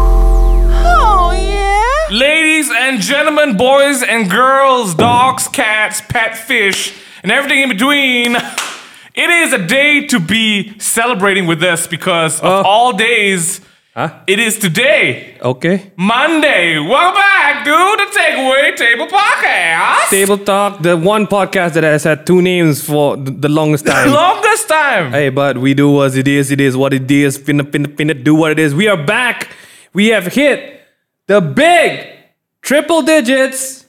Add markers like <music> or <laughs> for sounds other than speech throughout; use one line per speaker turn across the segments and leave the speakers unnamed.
Oh, yeah?
Ladies and gentlemen, boys and girls, dogs, cats, pet fish, and everything in between. It is a day to be celebrating with us because of
Oh.
all days, it is today,
Okay.
Monday. Welcome back, dude, to Takeaway Table Podcast.
Table Talk, the one podcast that has had two names for th- the
<laughs>
longest time.
Longest time.
hey, but we do as it is, it is what it is, finna, finna, finna, do what it is. We are back. We have hit the big triple digits.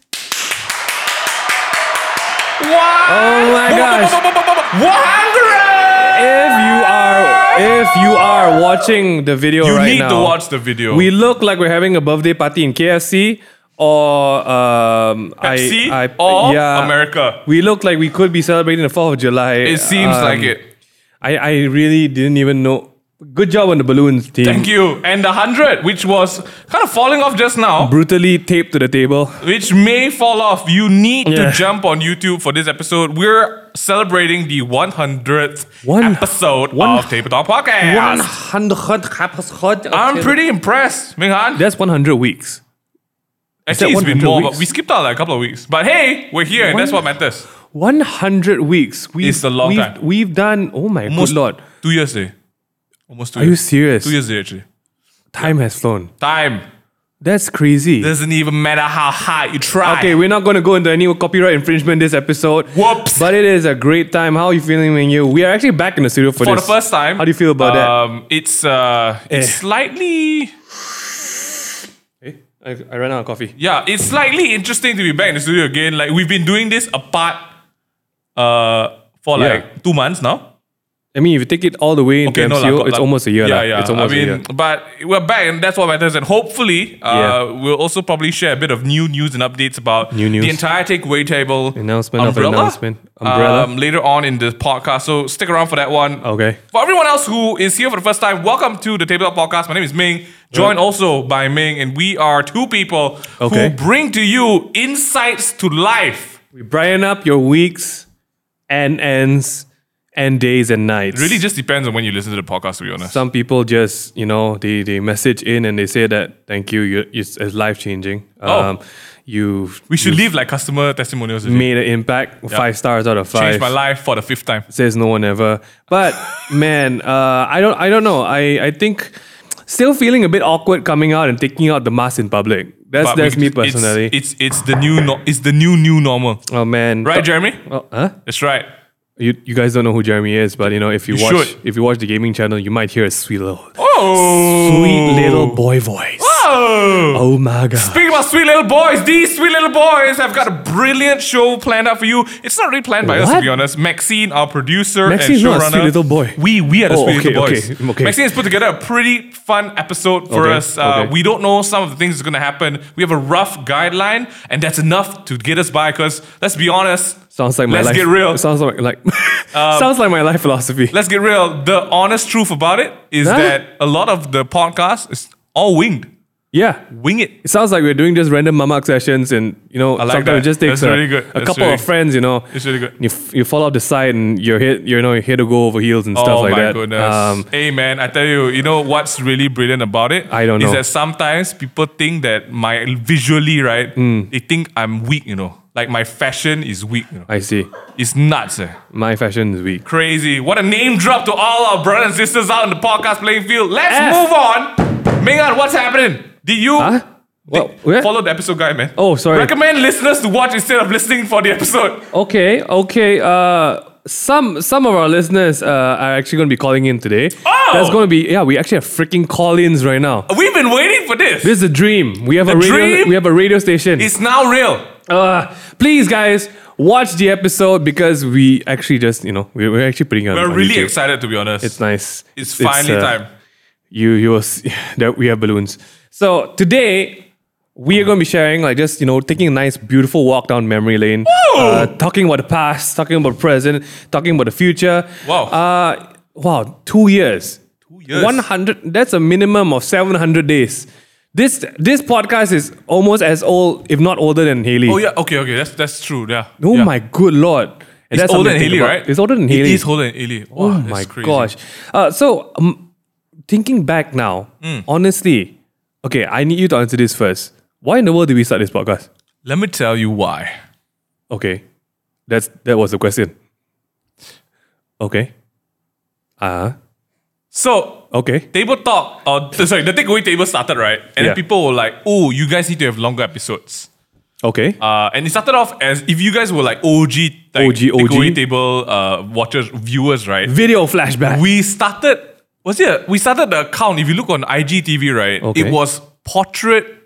Wow.
Oh my gosh.
100!
If you are, if you are watching the video
You
right
need
now,
to watch the video.
We look like we're having a birthday party in KFC or um, I-
Pepsi
I,
or America.
We look like we could be celebrating the Fourth of July.
It seems
Um,
like it.
I, I really didn't even know. Good job on the balloons team.
Thank you. And the 100, which was kind of falling off just now,
Brutally taped to the table.
which may fall off. You need to
Yeah.
jump on YouTube for this episode. We're celebrating the 100th
One-
episode
one-
of Table Talk Podcast.
One hundred episodes.
I'm pretty impressed, Ming Han.
That's one hundred weeks.
Actually,
that
it's been
100
more, but
weeks?
we skipped out like a couple of weeks. But hey, we're here, and that's what
One-
matters.
One hundred weeks. We've,
It's a long
we've,
time.
We've done. Oh my good lord.
two years day. Almost two
Are you
years.
serious?
Two years day, actually.
Time has flown.
Time
That's crazy.
doesn't even matter how hard you try.
Okay, we're not going to go into any copyright infringement this episode.
Whoops.
But it is a great time. How are you feeling, when you? We are actually back in the studio for,
for
this.
the first time.
How do you feel about that?
um, It's uh, it's
Eh.
slightly
Eh, I, I ran out of coffee.
yeah, it's slightly interesting to be back in the studio again. Like we've been doing this apart uh for
Yeah.
like two months now.
I mean, if you take it all the way into
Okay, no,
MCO,
lah, got-
it's
lah.
almost a year.
Yeah,
lah.
yeah.
It's almost
I mean,
a year.
but we're back, and that's what matters. And hopefully, uh,
Yeah.
we'll also probably share a bit of new news and updates about
New news.
the entire takeaway table
Announcement of an
umbrella?
announcement. Umbrella. Oh,
Um, later on in the podcast. So stick around for that one.
Okay.
For everyone else who is here for the first time, welcome to the Tabletop Podcast. My name is Ming, joined also by Ming, and we are two people
Okay.
who bring to you insights to life.
We brighten up your weeks and ends and days and nights.
Really just depends on when you listen to the podcast, to be honest.
Some people just, you know, they, they message in and they say that, thank you, you it's, it's life changing.
Oh.
you
we should leave like customer testimonials. Made
made an impact, five stars out of five.
Changed my life for the fifth time.
says no one ever.
<laughs>
But man, uh, I don't I don't know. I, I think still feeling a bit awkward coming out and taking out the mask in public. That's
But
that's
we-
me personally.
It's, it's it's the new no, it's the new new normal,
oh man.
right, Jeremy?
Oh, huh?
That's right.
You you guys don't know who Jeremy is, but you know if you,
You
watch
should.
if you watch the gaming channel, you might hear a sweet little
Oh,
sweet little boy voice.
Oh.
Oh my god.
Speaking about sweet little boys, these sweet little boys have got a brilliant show planned out for you. It's not really planned by us, to
What?
be honest. Maxine, our producer
Maxine's
and
not
showrunner,
a sweet little boy.
We we are the
Oh,
sweet
okay,
little
okay,
boys.
okay.
Maxine has put together a pretty fun episode for
Okay,
us. Uh,
okay.
We don't know some of the things that's going to happen. We have a rough guideline, and that's enough to get us by. Because let's be honest,
Sounds like my
Let's
life.
get real. Um,
Sounds like like <laughs> sounds like my life philosophy.
let's get real. The honest truth about it is
Huh?
that a lot of the podcast is all winged.
Yeah.
Wing it.
It sounds like we're doing just random mamak sessions, and you know,
like
sometimes
that.
it just
That's
takes a,
really good.
a
That's
couple
really-
of friends, you know.
It's really good.
You, f- you fall off the side and you're hit, you know, you're here to go over heels and stuff
oh
like
my
that.
goodness.
Um,
hey man, I tell you, you know what's really brilliant about it?
I don't
Is
know.
that sometimes people think that my visually, right?
Hmm.
They think I'm weak, you know. Like my fashion is weak, you know.
I see.
It's nuts, eh?
My fashion is weak.
Crazy. What a name drop to all our brothers and sisters out in the podcast playing field. Let's
F.
move on. Ming on, what's happening? Did you
Huh? Well, where?
follow the episode guy, man?
Oh, sorry.
Recommend listeners to watch instead of listening for the episode.
okay, okay. Uh, some some of our listeners uh, are actually going to be calling in today.
Oh!
That's going to be yeah. We actually have freaking call-ins right now.
We've been waiting for this.
This is a dream. We have a
The
radio.
dream
We have a radio station.
It's now real.
Uh, please, guys, watch the episode because we actually just, you know, we- we're actually putting it on,
We're
on
really
YouTube.
excited to be honest.
It's nice.
It's finally
uh,
time.
You, you will see <laughs> that we have balloons. So today, we are going to be sharing, like, just, you know, taking a nice, beautiful walk down memory lane. Uh, talking about the past, talking about present, talking about the future.
Wow.
Uh, wow, two years. Two
years.
100, that's a minimum of 700 days. This, this podcast is almost as old, if not older than Haley.
Oh yeah, okay, okay, that's that's true. Yeah.
Oh
yeah.
my good lord. And
It's
that's
older than
something to
Haley,
think about.
right?
Oh It's older than Haley.
It is older than Haley. Wow,
oh
that's
my
crazy.
gosh. Uh, so um, thinking back now,
Mm.
honestly, okay, I need you to answer this first. Why in the world did we start this podcast?
Let me tell you why.
Okay, that's that was the question. Okay. Uh
So
okay.
table talk, or th- <laughs> sorry, the takeaway table started right, and then
Yeah.
people were like, "Oh, you guys need to have longer episodes."
Okay.
Uh, and it started off as if you guys were like OG, like,
OG.
takeaway table uh, watchers, viewers, right?
Video flashback.
we started was it a- we started the account if you look on IGTV right
Okay.
it was portrait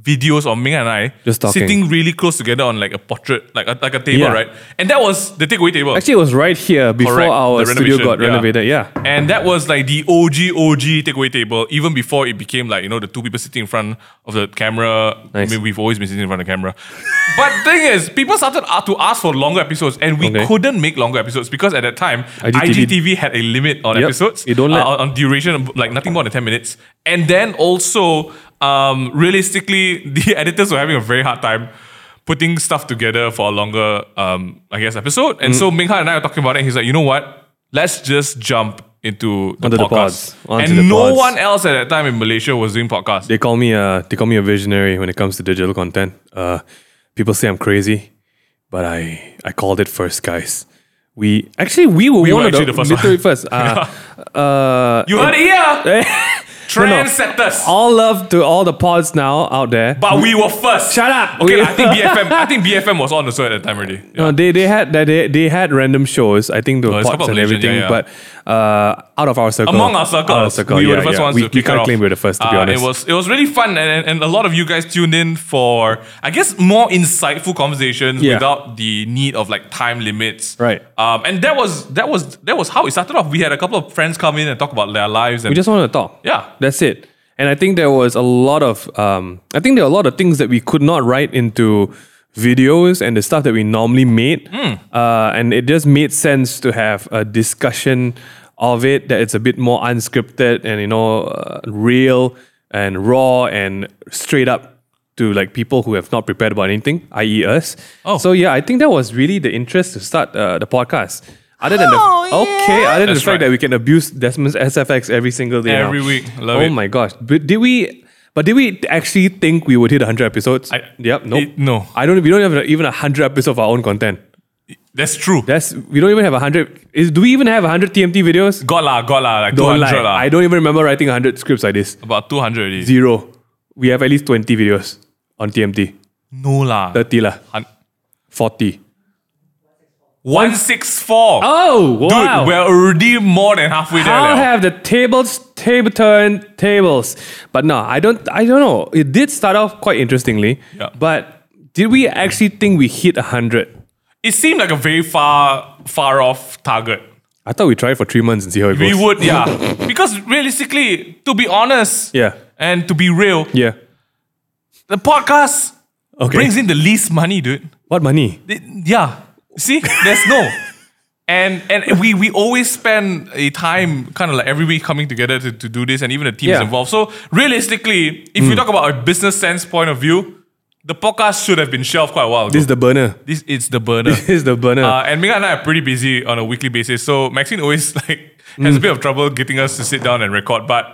videos of Ming and I
Just talking.
sitting really close together on like a portrait like a, like a table
Yeah.
right and that was the takeaway table
Actually, it was right here before
Correct,
our
the
studio
renovation,
got
yeah.
renovated. Yeah.
and that was like the OG OG takeaway table even before it became like you know the two people sitting in front of the camera
Nice.
I mean we've always been sitting in front of the camera <laughs> but thing is people started a- to ask for longer episodes and we
Okay.
couldn't make longer episodes because at that time
IGTV
IGTV TV had a limit on
Yep.
episodes.
You don't let-
uh, on- on duration, of, like nothing more than ten minutes. And then also, um, realistically, <laughs> the editors were having a very hard time putting stuff together for a longer, um, I guess, episode.
Mm.
And so Mingha and I were talking about it. And he's like, you know what? Let's just jump into the
Onto the
podcast.
pods. Onto
and
the
no
pods.
one else at that time in Malaysia was doing podcasts.
They call me a they call me a visionary when it comes to digital content. Uh, people say I'm crazy, but I I called it first, guys. We actually we were
were
one of
actually the first one.
literally first.
<laughs>
Uh, uh,
you heard it here, trendsetters.
<laughs> all love to all the pods now out there.
But we were first.
Shut up.
Okay,
We-
I think BFM. I think BFM was on the show at that time already. Yeah.
<laughs> No, they they had they- they, they had random shows. I think the
it's
pods
couple of
and
Malaysian,
everything,
yeah, yeah.
but uh, out of our circle,
among our
out of
circles, we were
yeah,
the first
yeah.
ones
We,
to
we
kick it
can't
off.
claim we're the first, to be
Uh,
honest.
It was it was really fun, and, and, and a lot of you guys tuned in for I guess more insightful conversations
Yeah.
without the need of like time limits,
Right.
Um, and that was that was that was how it started off. We had a couple of friends come in and talk about their lives, and
We just wanted to talk.
Yeah.
That's it. And I think there was a lot of um, I think there are a lot of things that we could not write into videos and the stuff that we normally made.
Hmm.
Uh, and it just made sense to have a discussion of it that it's a bit more unscripted and you know uh, real and raw and straight up to like people who have not prepared about anything, i.e. us.
Oh.
So yeah, I think that was really the interest to start uh, the podcast. Other than
Oh,
the okay,
yeah.
other than
That's
the fact
right.
that we can abuse Desmond's SFX every single day now.
Every week. Love
oh
it.
my gosh. But did we but did we actually think we would hit 100 episodes?
I-
yep, nope.
it- no.
I don't we don't have even 100 episodes of our own content.
that's true.
That's we don't even have 100 is do we even have 100 TMT videos?
got la, got la, like two
Don't
hundred
lie.
la,
I don't even remember writing 100 scripts like this.
about two hundred already.
Zero. We have at least 20 videos on TMT.
no la,
30 lah.
Hun-
40.
one six four.
Oh,
Dude,
wow.
we're already more than halfway there.
I'll
now.
have the tables table turn tables. But no, I don't I don't know. It did start off quite interestingly.
Yeah.
But did we actually think we hit hundred?
it seemed like a very far, far off target.
I thought we tried for three months and see how it
We
goes.
would,
<laughs>
yeah. because realistically, to be honest,
Yeah.
and to be real,
Yeah.
the podcast
Okay.
brings in the least money, dude.
what money?
It- yeah. See, there's no. And and we we always spend a time kind of like every week coming together to, to do this and even the teams
Yeah. Hmm.
involved. So realistically, if you talk about a business sense point of view, the podcast should have been shelved quite a while ago.
This
This,
is the burner.
is the
<laughs>
burner.
This is the burner.
Uh, and Mika and I are pretty busy on a weekly basis. So Maxine always <laughs> like has a
Hmm.
bit of trouble getting us to sit down and record, but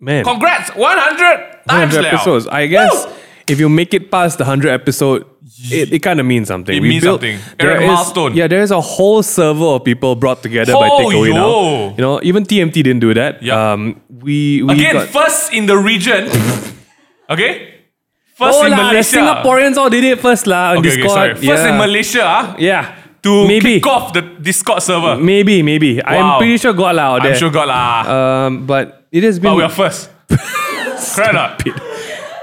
Man.
Congrats, 100 times
100
now.
episodes. I guess
Woo!
if you make it past the 100 episode, it, it kind of means something.
It means something.
there
Era
is-
milestone.
Yeah, there is a whole server of people brought together by
Oh,
takeaway
yo.
now. You know, even TMT didn't do that.
Yeah.
Um, we, we
Again,
got,
first in the
<laughs>
region. okay? First
oh,
in
lah, the
Malaysia.
Singaporeans all did it first lah on
Okay, okay,
Discord.
sorry. First
yeah.
in Malaysia ah,
Yeah.
to
maybe.
kick off the Discord server.
Maybe, maybe.
Wow.
I'm pretty sure got lah out
I'm
there.
sure got lah.
Um, but it has been
but we are first.
<laughs>
Correct or not?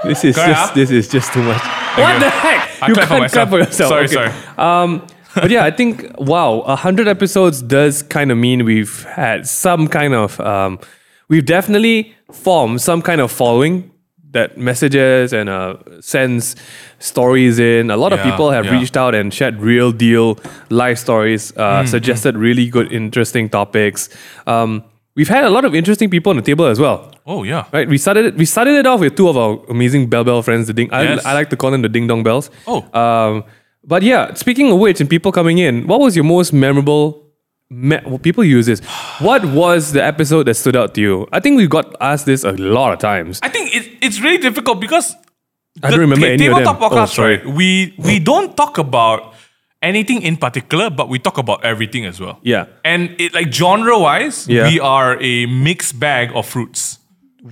This is
Correct,
just
ah?
this is just too much. What the heck?
I
you
clap for
can't
myself.
clap for yourself.
Sorry,
okay.
sorry.
Um, but yeah, I think wow, hundred episodes does kind of mean we've had some kind of um, we've definitely formed some kind of following that messages and uh, sends stories in. A lot of
Yeah,
people have
yeah.
reached out and shared real deal life stories,
Hmm,
uh, suggested really good, interesting topics. Um, we've had a lot of interesting people on the table as well.
Oh, yeah.
Right, we started it. We started it off with two of our amazing bell bell friends. The ding, I,
Yes.
I like to call them the ding dong bells.
Oh.
um, but yeah. Speaking of which, and people coming in, what was your most memorable me- well, people use
<sighs>
this. What was the episode that stood out to you? I think we got asked this a lot of times.
I think it, it's really difficult because
I don't remember
ta-
any of them.
tabletop
Oh,
podcast,
sorry.
right? We we don't talk about anything in particular, but we talk about everything as well.
Yeah.
And it like genre wise,
Yeah.
we are a mixed bag of fruits.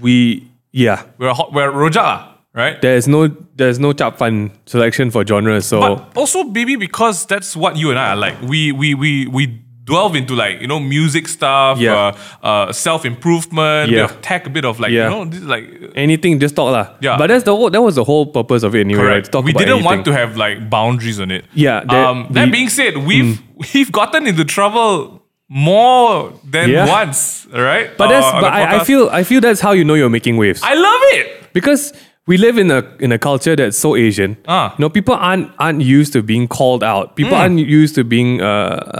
We yeah.
We're a hot, we're rojak, lah, right?
There's no there's no chap fun selection for genres. So
But also maybe because that's what you and I are like. We we we we delve into like you know music stuff,
Yeah.
uh, uh, self improvement,
Yeah.
bit of tech, a bit of like
Yeah.
you know this is like uh,
anything, just talk lah.
Yeah.
But that's the whole that was the whole purpose of it anyway. Right?
correct.
To talk
we
about
didn't want to
anything.
have like boundaries on it.
Yeah, that
um, that
we- Mm.
being said, we've we've gotten into trouble more than
Yeah.
once, Uh, right?
But that's but I, I feel I feel that's how you know you're making waves.
I love it.
because we live in a in a culture that's so Asian.
Ah. Hmm.
You know, people aren't aren't used to being called out. People aren't used to being. Uh,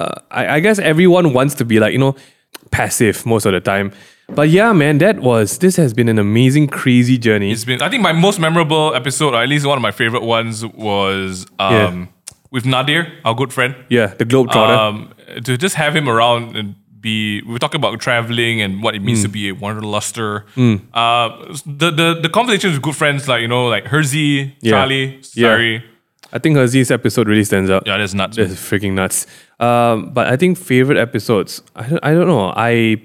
uh, I, I guess everyone wants to be like you know, passive most of the time. But yeah, man, that was this has been an amazing, crazy journey.
It's been I think my most memorable episode, or at least one of my favorite ones, was um, with Nadir, our good friend.
yeah, the Globetrotter.
um, to just have him around and be we were talking about traveling and what it means
Mm.
to be a wanderluster. Uh, the, the the conversations with good friends like you know like Herzy, Charlie,
Yeah.
Sari.
I think Haziz's episode really stands out.
Yeah, that's nuts.
That's <laughs> freaking nuts. Um, but I think favorite episodes. I don't, I don't know. I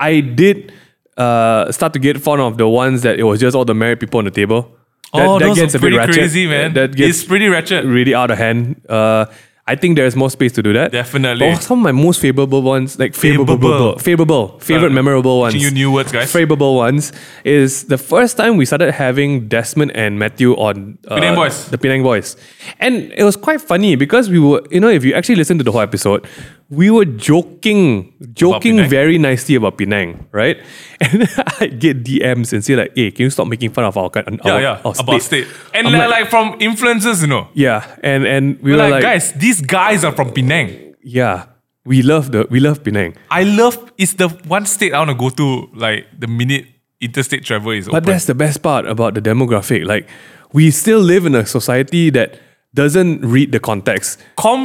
I did uh, start to get fond of the ones that it was just all the married people on the table. That,
oh,
that
those
gets
are
a bit
pretty
ratchet.
crazy, man.
That gets
it's pretty ratchet.
really out of hand. Uh, I think there's more space to do that.
Definitely.
But some of my most favorable ones, like favorable,
Favorable.
favorable, favorite
Uh,
memorable ones.
teaching you new words, guys.
Favorable ones is the first time we started having Desmond and Matthew on uh,
Penang Boys.
The Penang Boys, and it was quite funny because we were, you know, if you actually listen to the whole episode, we were joking, joking
Penang.
very nicely about Penang, right? <laughs> And I get DMs and say like, "Hey, can you stop making fun of our coun-
yeah,
our,
yeah.
our
about state. And like, like from influencers, you know.
yeah, and and we were
Like,
like,
guys, these guys are from Penang.
yeah, we love the we love Penang,
I love it's the one state I want to go to like the minute interstate travel is
but
open.
that's the best part about the demographic. Like, we still live in a society that doesn't read the context.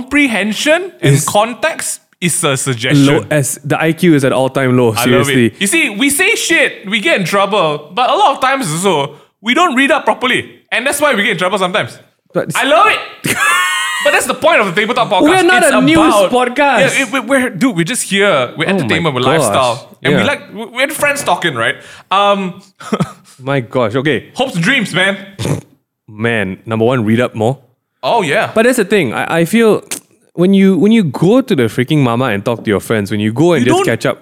Comprehension and
Is-
context is a suggestion.
Low as the IQ is at all time low.
I love
Seriously,
it. You see, we say shit, we get in trouble, but a lot of times also we don't read up properly, and that's why we get in trouble sometimes.
But-
I love it. <laughs> but that's the point of the tabletop podcast.
We're not
It's
a news
about-
podcast. Oh
Yeah, it- we- we're dude. We're just here. We're
my
entertainment. We're
gosh.
lifestyle, and we
Yeah.
like we- we're friends talking, right? Um, <laughs>
my gosh. Okay,
hopes, dreams, man.
man. Number one, read up more.
Oh yeah.
But that's the thing. I, I feel when you when you go to the freaking mama and talk to your friends, when you go and
You
just
don't-
catch up,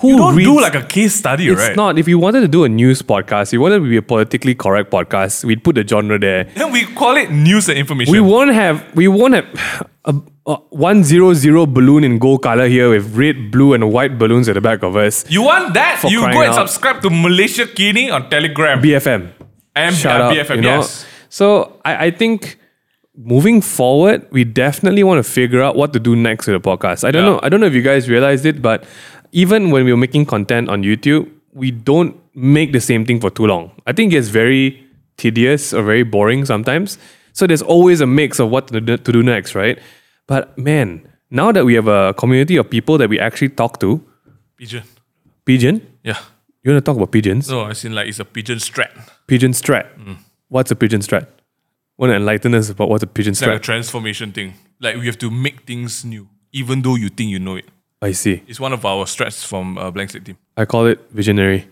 who
don't
reads
do like a case study,
It's
right?
not. If you wanted to do a news podcast, you wanted to be a politically correct podcast, we'd put the genre there.
Then we call it news and information.
We won't have we won't have <sighs> a, a one zero zero balloon in gold color here with red, blue, and white balloons at the back of us.
you want that? You
crying
go and
out.
subscribe to Malaysia Kini on Telegram
BFM.
and
Shout
uh,
out.
BFM.
you know?
Yes.
So I, I think moving forward, we definitely want to figure out what to do next with the podcast. I don't
Yeah.
know. I don't know if you guys realized it, but even when we were making content on YouTube, we don't make the same thing for too long. I think it's very tedious or very boring sometimes. So there's always a mix of what to do, to do next, right? But man, now that we have a community of people that we actually talk to,
Pigeon.
pigeon.
Yeah.
You want to talk about pigeons?
No, I seen like it's a pigeon strat. It's
Pigeon strat.
Mm.
What's a pigeon strat? Want to enlighten us about what's a pigeon
like a
strat?
transformation thing. Like we have to make things new, even though you think you know it.
I see.
It's one of our strats from uh, Blank Slate team.
I call it visionary.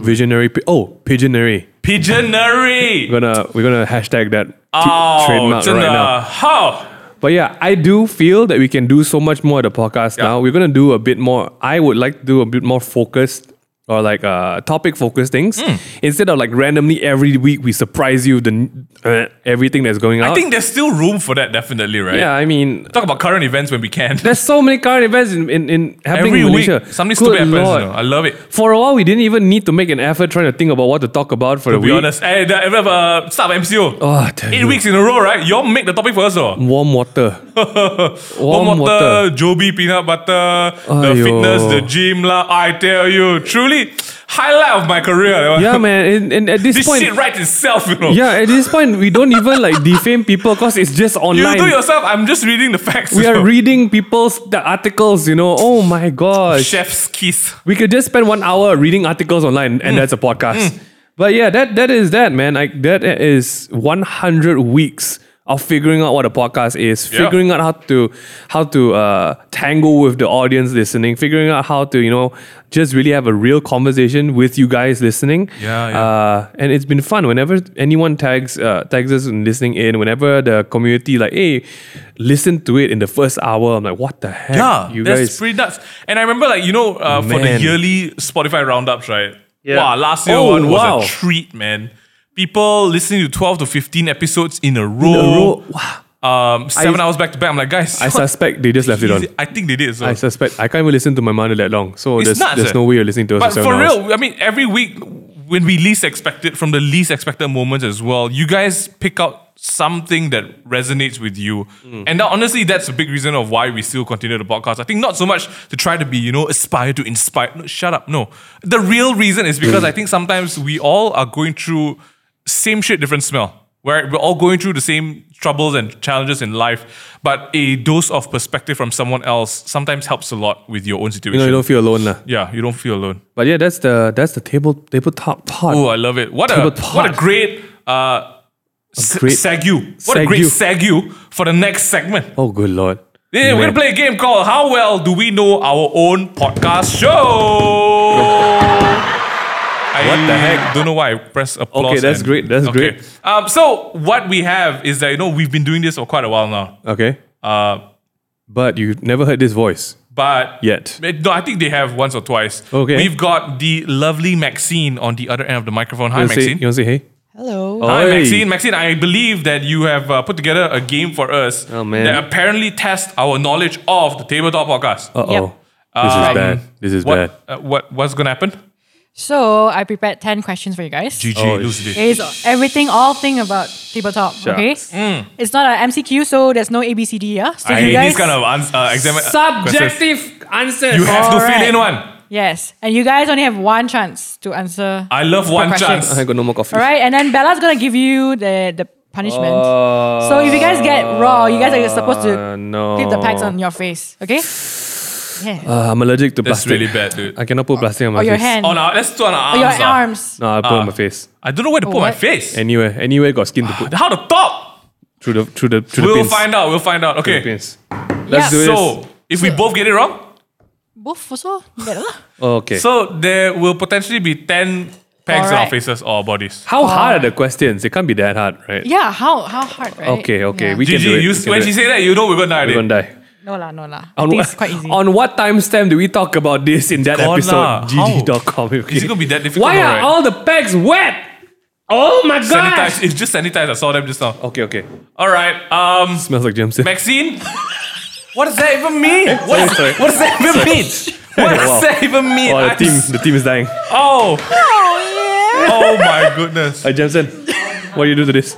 Visionary. Pi- oh, pigeonary.
Pigeonary.
We're gonna we're gonna hashtag that t-
Oh,
trademark right now.
How?
But yeah, I do feel that we can do so much more at the podcast now. We're gonna do a bit more. I would like to do a bit more focused or like uh, topic focused things
Hmm.
instead of like randomly every week we surprise you with the n- uh, everything that's going on.
I think there's still room for that, definitely, right?
Oh. yeah, I mean
Talk about current events when we can.
there's so many current events in, in, in
<laughs>
happening
Every
in
week,
Malaysia.
something
Good
stupid happens. You
Lord.
know? I love it.
For a while, we didn't even need to make an effort trying to think about what to talk about for the
To be
week.
honest, hey, the, uh, stop MCO.
Oh, I tell
Eight
you.
weeks in a row, right? Y'all make the topic for us, or <laughs>
Warm water. Warm,
Warm
water.
water, Joby peanut butter, the
Aiyo.
fitness, the gym lah. I tell you, truly, highlight of my career.
yeah, man. And, and at this,
This
point,
shit writes itself, you know.
yeah, at this point, we don't even
<laughs>
like defame people because it's just
You
online.
do yourself. I'm just reading the facts.
we
you know.
are reading people's the articles, you know. Oh my gosh.
Chef's kiss.
We could just spend one hour reading articles online,
Mm.
and that's a podcast. But yeah, that that is that man. Like that is 100 weeks of figuring out what a podcast is,
Yeah.
figuring out how to how to uh, tangle with the audience listening, figuring out how to you know just really have a real conversation with you guys listening.
Yeah, yeah.
Uh, and it's been fun. Whenever anyone tags uh, tags us in listening in, whenever the community like, hey, listen to it in the first hour, I'm like, what the heck?
Yeah,
you
that's
guys.
pretty nuts. And I remember, like you know, uh, for the
Man.
yearly Spotify roundups, right?
Yeah.
Wow, last year
Oh,
one
wow.
was a treat, man. People listening to twelve to fifteen episodes in a row.
row. Wow.
Um, seven hours back to back. I'm like, guys,
I
what
suspect they just left it on.
is it? I think they did. So.
I suspect I can't even listen to my mother that long. So
It's
there's,
nuts,
there's
eh?
no way you're listening to us.
But
for
for
seven hours.
real, I mean, every week when we least expect it, from the least expected moments as well, you guys pick out something that resonates with you.
Mm.
And that, honestly, that's a big reason of why we still continue the podcast. I think not so much to try to be, you know, aspire to inspire. No, shut up. No. The real reason is
Mm.
because I think sometimes we all are going through same shit, different smell. Where we're all going through the same troubles and challenges in life, but a dose of perspective from someone else sometimes helps a lot with your own
you
situation.
know, you don't feel alone, lah.
yeah, you don't feel alone.
But yeah, that's the that's the table table top part.
Oh, I love it. What a
Tabletop.
what a great uh s-
great-
segue. What a great segue for the next segment.
Oh, good lord.
Yeah, we're
Man.
gonna play a game called How Well Do We Know Our Own Podcast Show? I
What the heck?
Don't know why I press applause.
Okay, that's
and-
great, that's
Okay.
great.
Um, so what we have is that you know we've been doing this for quite a while now.
Okay.
Uh,
But you never heard this voice
but
yet.
Eh, No, I think they have once or twice.
Okay.
We've got the lovely Maxine on the other end of the microphone. Hi,
You wanna say,
Maxine.
you wanna say hey?
Hello.
Hi,
Oi.
Maxine. Maxine, I believe that you have uh, put together a game for us
Oh, man.
that apparently tests our knowledge of the tabletop podcast.
Uh oh.
Yep.
This is
Um,
bad. This is
what,
bad.
uh, what what's gonna happen?
So I prepared 10 questions for you guys.
GG
Oh,
lose this.
It's everything, all thing about tabletop, okay?
Mm.
It's not an MCQ, so there's no ABCD, yeah? So
I
you
hate
guys,
these kind of ans- uh, exam- uh, questions.
answers.
You have to
Alright.
fill in one.
Yes. And you guys only have one chance to answer.
I love one
question.
chance.
I got no more coffee.
all right, and then Bella's gonna give you the, the punishment.
Oh.
so if you guys get raw, you guys are supposed
Uh,
to
no.
keep the packs on your face, okay? Yeah.
Uh, I'm allergic to
That's
plastic.
really bad, dude.
I cannot put plastic on my
or your
face.
hand.
Oh no, let's do on our
or
arms.
your
ah.
arms.
No, I put it
Ah.
on my face.
I don't know where to put my
what?
face.
Anywhere, anywhere got skin to put
How to talk?
through the through the through
We'll
the pins.
Ah. find out. We'll find out.
Through the
Okay.
pins. Let's do
Yeah.
this.
So if we both get it wrong,
Both also? Better lah.
okay.
So there will potentially be 10 pegs on our
Alright.
faces or our bodies.
How hard are the questions? It can't be that hard, right?
Yeah, how how hard, right?
Okay, okay.
Yeah.
We can
Gigi,
do it.
you,
we can
when
do
she
it.
said that, you know we're gonna die.
We're
already.
gonna die.
no la, no la. I
On,
think
what-
it's quite easy.
<laughs> on what timestamp do we talk about this in that
Gone lah.
episode?
How?
Gg.com. Okay.
Is it gonna be that difficult?
Why
though,
are
right?
all the pegs wet? Oh my god!
sanitized? It's just sanitized. I saw them just now.
Okay, okay.
All right. Um,
Smells like Jameson.
Maxine. <laughs> what does that even mean? What,
Sorry, sorry.
what does that even
<laughs>
mean? What does
Wow.
that even mean?
Oh, the
I'm
team,
s-
the team is dying.
Oh,
Oh yeah.
oh my goodness.
Hey, Jameson, what do you do to this?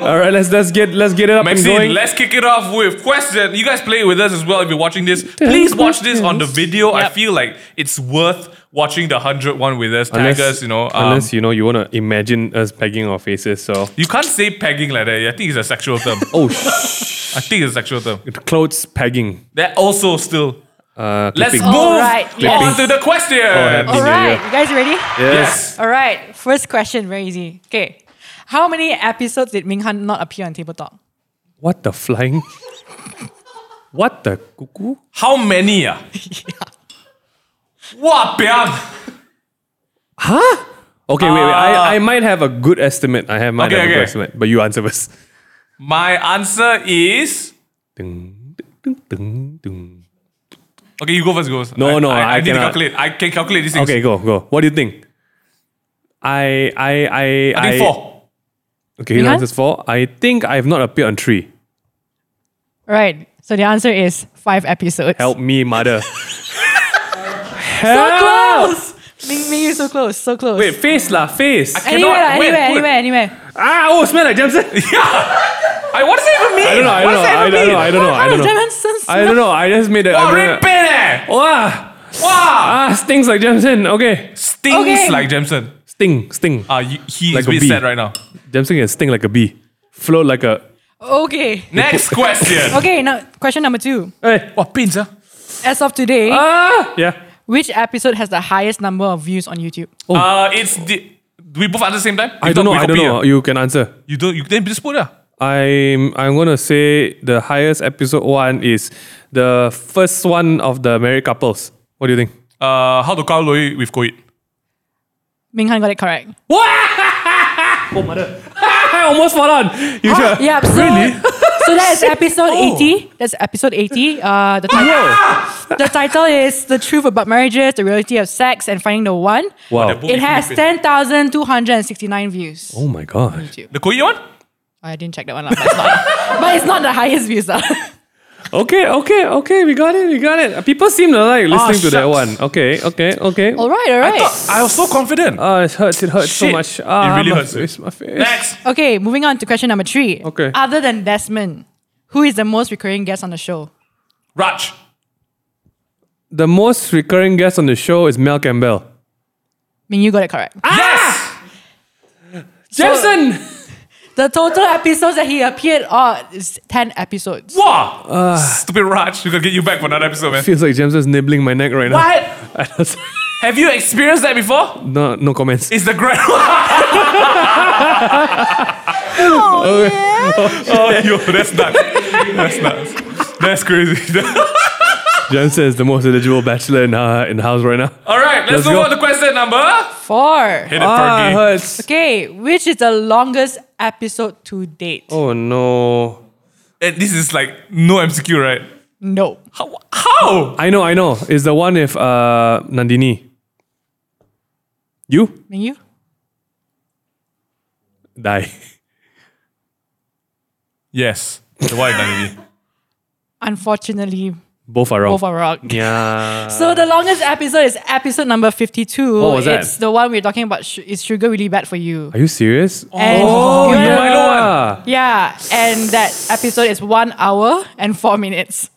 All right, let's let's get let's get it up and
Maxine,
going.
let's kick it off with question. You guys play with us as well if you're watching this. Please watch this on the video. I
Yep.
feel like it's worth watching the hundred one with us. Tag
Unless-
us, you know. um,
unless you know you wanna imagine us pegging our faces. So
You can't say pegging like that. I think it's a sexual term.
oh, sh-
I think it's a sexual term.
clothes pegging.
That also still.
Uh,
Let's
clipping.
move
Alright,
on
yes.
to the question.
happy
All
New Year.
right, you guys ready?
Yes.
All right, first question, very easy. Okay, how many episodes did Ming Han not appear on tabletop?
What the flying? what the cuckoo?
How
<laughs>
many? Ah? Wah, piang.
Okay, wait, wait. I, I might have a good estimate. I have might
Ah. Okay,
have a
okay.
good estimate, but you answer first.
My answer is.
Dun, dun, dun, dun.
Okay, you go first. Go first.
No,
I,
no,
I, I,
I
need to
cannot.
calculate. I can calculate these things.
Okay, go, go. What do you think? I, I, I,
I think four.
Okay, you
Mihan?
answers four. I think I have not appeared on three.
All right, so the answer is five episodes.
Help me,
<laughs>
mother.
So
Help!
close. Ming Ming, you're so close, so close.
Wait, face lah, face.
anywhere,
cannot-
lah,
wait,
anywhere,
wait.
anywhere, anywhere.
Ah, oh, smell like Jameson.
<laughs> I, what does that even mean?
I don't know. I
what
don't know.
does that
I
even
don't know.
mean?
I don't know. I don't know. I don't know. I just made a.
How
I don't know. I just made a. I
Oh,
don't
red
know.
pen eh.
Wah!
Wow!
Ah, stings like Jemson. Okay.
Stings
Okay.
like Jemson.
Sting, sting.
Uh, you, he
Like
is
a
a bit
bee.
sad right now.
Jemson can sting like a bee. Float like a.
Okay.
<laughs>
Next question.
Okay, now question number two.
Hey.
<laughs> What pins, huh?
As of today,
Ah! Yeah.
which episode has the highest number of views on YouTube?
Uh, it's the, we both at the same time.
I
You
don't know.
thought we
I don't
copy,
know.
uh?
You can answer.
You don't. You then just put it. uh.
I'm I'm gonna say the highest episode one is the first one of the married couples. What do you <laughs> think?
Uh, how to cow loi with COVID.
Ming Han got it
<laughs>
correct.
I Oh, <laughs> almost fall on. You sure?
Yeah, so, <laughs> so that
<laughs> Oh.
is episode 80. That's episode 80. Uh, the, title, the title is The Truth About Marriages, The Reality of Sex, and Finding the One.
Wow.
book-
It has 10,269 views. Oh,
Oh my god.
The COVID one?
I didn't check that one out. But it's not, but it's not the highest views. though.
Okay, okay, okay. We got it. We got it. People seem to like listening to that
shucks.
one. Okay, okay, okay.
all right, all
I,
right.
thought, I was so confident.
Ah, it hurts. It hurts so
Shit.
much.
It
Ah,
really
my
hurts.
Face, my face.
Next.
Okay, moving on to question number three.
Okay.
Other than Desmond, who is the most recurring guest on the show?
Raj.
The most recurring guest on the show is Mel Campbell.
Ming, you got it correct.
Ah! Yes.
Jason.
The total episodes that he appeared on is 10 episodes.
Wow.
Ah.
Stupid Raj. We gotta get you back for another episode, man.
Feels like Jameson's nibbling my neck right <laughs> now.
What? Have you experienced that before?
no, no comments.
It's the grand. <laughs>
Oh, yeah.
oh, yo, that's nuts. That's nuts. That's crazy. <laughs>
Jameson is the most eligible bachelor in uh, in the house right now.
All right, let's,
Let's
move
go.
on to question number.
Four.
Hit it,
Ah,
Fergie.
hurts.
Okay, which is the longest episode to date?
Oh no.
And this is like no MCQ, right?
No.
How? how?
I know, I know. It's the one if uh Nandini. You
Ming, you?
die. <laughs>
Yes. The white
<laughs>
Nandini.
Unfortunately,
Both are wrong.
both are wrong.
Yeah.
So the longest episode is episode number 52.
What was that?
it's the one we're talking about. Sh- is sugar really bad for you?
Are you serious?
And
Oh,
given-
yeah.
yeah.
Milo
and that episode is one hour and four minutes.